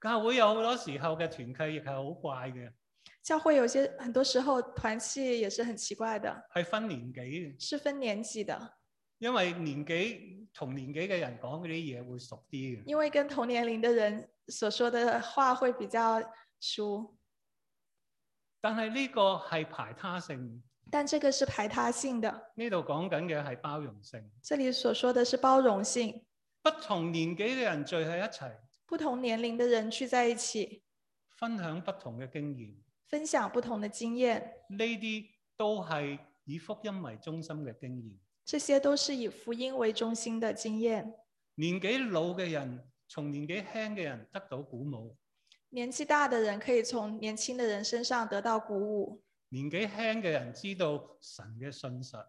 Speaker 1: 教會有好多時候嘅團契亦係好怪嘅，
Speaker 2: 教会有些很多时候团契也是很奇怪的，
Speaker 1: 係分年紀嘅，
Speaker 2: 是分年纪的，
Speaker 1: 因為年紀同年紀嘅人講嗰啲嘢會熟啲嘅。
Speaker 2: 因为跟同年龄的人所说的话会比较熟，
Speaker 1: 但係呢個係排他性，
Speaker 2: 但这个是排他性的。
Speaker 1: 呢度講緊嘅係包容性。
Speaker 2: 这里所说的是包容性，
Speaker 1: 不同年紀嘅人聚喺一齊，
Speaker 2: 不同年龄的人聚在一起，
Speaker 1: 分享不同嘅經驗，
Speaker 2: 分享不同的经验，
Speaker 1: 呢啲都係以福音為中心嘅經驗。
Speaker 2: 这些都是以福音为中心的经验。
Speaker 1: 年紀老嘅人從年紀輕嘅人得到鼓舞，
Speaker 2: 年纪大的人可以从年轻的人身上得到鼓舞，
Speaker 1: 年紀輕嘅人知道神嘅信實。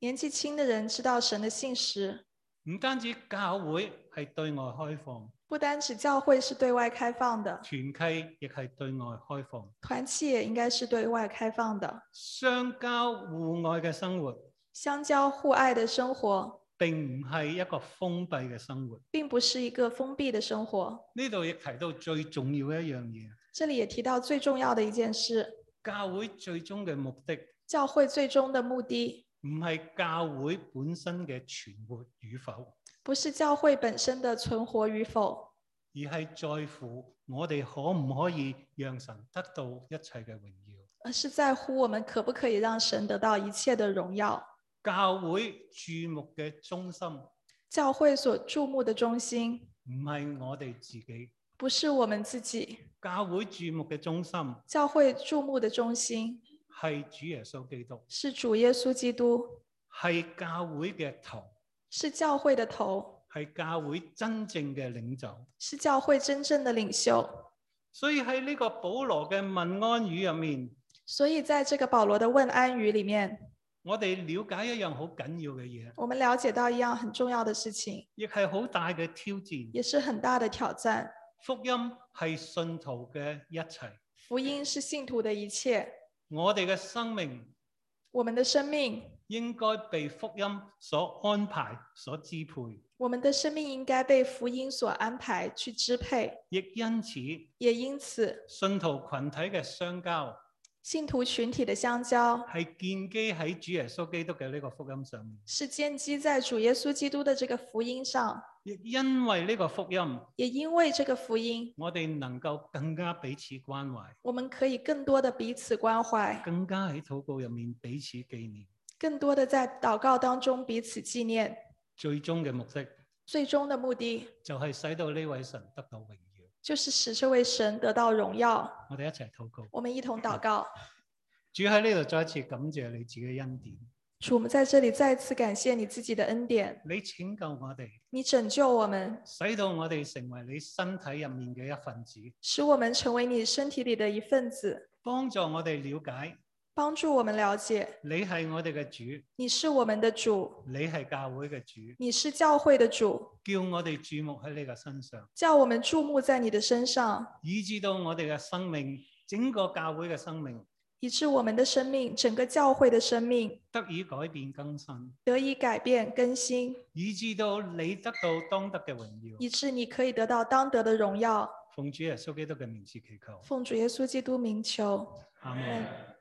Speaker 2: 年纪轻的人知道神的信实。
Speaker 1: 唔單止教會係係對外開放，
Speaker 2: 不单指教会是对外开放的，
Speaker 1: 團契亦係對外開放，
Speaker 2: 团契也应该是对外开放的。
Speaker 1: 相交互愛嘅生活
Speaker 2: 相交互爱的生活，
Speaker 1: 並唔係一個封閉嘅生活。
Speaker 2: 并不是一个封闭的生活。
Speaker 1: 呢度亦提到最重要嘅一樣嘢，
Speaker 2: 这里也提到最重要的一件事：
Speaker 1: 教會最終嘅目的
Speaker 2: 教会最終的目的
Speaker 1: 唔係教會本身嘅存活與否，
Speaker 2: 不是教会本身的存活与否，
Speaker 1: 而係在乎我哋可唔可以讓神得到一切嘅榮耀。
Speaker 2: 而是在乎我们可不可以让神得到一切的荣耀。
Speaker 1: 教會注目嘅中心唔
Speaker 2: 教会所注目的中心
Speaker 1: 係我哋自己，
Speaker 2: 不是我们自己，
Speaker 1: 教會注目嘅中心
Speaker 2: 教会注目的中心
Speaker 1: 係主耶穌基督，
Speaker 2: 是主耶稣基督，
Speaker 1: 係教會嘅頭，
Speaker 2: 是教会的头，
Speaker 1: 係教會真正嘅領袖。
Speaker 2: 是教会真正的领袖。
Speaker 1: 所以喺呢個保羅嘅問安語入面，
Speaker 2: 所以，在这个保罗的问安语里面，
Speaker 1: 我哋了解一樣好緊要嘅嘢，
Speaker 2: 我们了解到一样很重要的事情，
Speaker 1: 亦係好大嘅挑戰。
Speaker 2: 也是很大的挑战。
Speaker 1: 福音係信徒嘅一切，
Speaker 2: 福音是信徒的一切，
Speaker 1: 我哋嘅生命
Speaker 2: 我们的生命，
Speaker 1: 應該被福音所安排、所支配，
Speaker 2: 我们的生命应该被福音所安排去支配。
Speaker 1: 亦因此
Speaker 2: 也因此，
Speaker 1: 信徒群體嘅相交
Speaker 2: 信徒群体的相交
Speaker 1: 係建基喺主耶穌基督嘅呢個福音上面，
Speaker 2: 是建基在主耶稣基督的这个福音上，
Speaker 1: 亦因為呢個福音，
Speaker 2: 也因为这个福音，
Speaker 1: 我哋能夠更加彼此關懷，
Speaker 2: 我们可以更多的彼此关怀，
Speaker 1: 更加喺禱告入面彼此紀念。
Speaker 2: 更多的在祷告当中彼此纪念。
Speaker 1: 最終嘅目的
Speaker 2: 最终的目的
Speaker 1: 就係使到呢位神得到榮耀。
Speaker 2: 就是使这位神得到荣耀。
Speaker 1: 我哋一齊禱告。
Speaker 2: 我们一同祷告，
Speaker 1: 主喺呢度再一次感謝你自己嘅恩典，
Speaker 2: 主，我们在这里再次感谢你自己的恩典，
Speaker 1: 你拯救我哋，
Speaker 2: 你拯救我们，
Speaker 1: 使到我哋成為你身體入面嘅一份子，
Speaker 2: 使我们成为你身体里的一份子，
Speaker 1: 幫助我哋了解
Speaker 2: 帮助我们了解
Speaker 1: 你係我哋嘅主，
Speaker 2: 你是我们的主，
Speaker 1: 你係教會嘅主，
Speaker 2: 你是教会的主，
Speaker 1: 叫我哋注目喺你嘅身上，
Speaker 2: 叫我们注目在你的身上，
Speaker 1: 以至到我哋嘅生命，整個教會嘅生命
Speaker 2: 以致我们的生命，整个教会的生命
Speaker 1: 得以改變更新，
Speaker 2: 得以改变更新，
Speaker 1: 以至到你得到當得嘅榮耀
Speaker 2: 以。致你可以得到当得的荣耀。
Speaker 1: 奉主耶穌基督嘅名字祈求，
Speaker 2: 奉主耶稣基督名求，
Speaker 1: 阿
Speaker 2: 阿
Speaker 1: 門
Speaker 2: 门。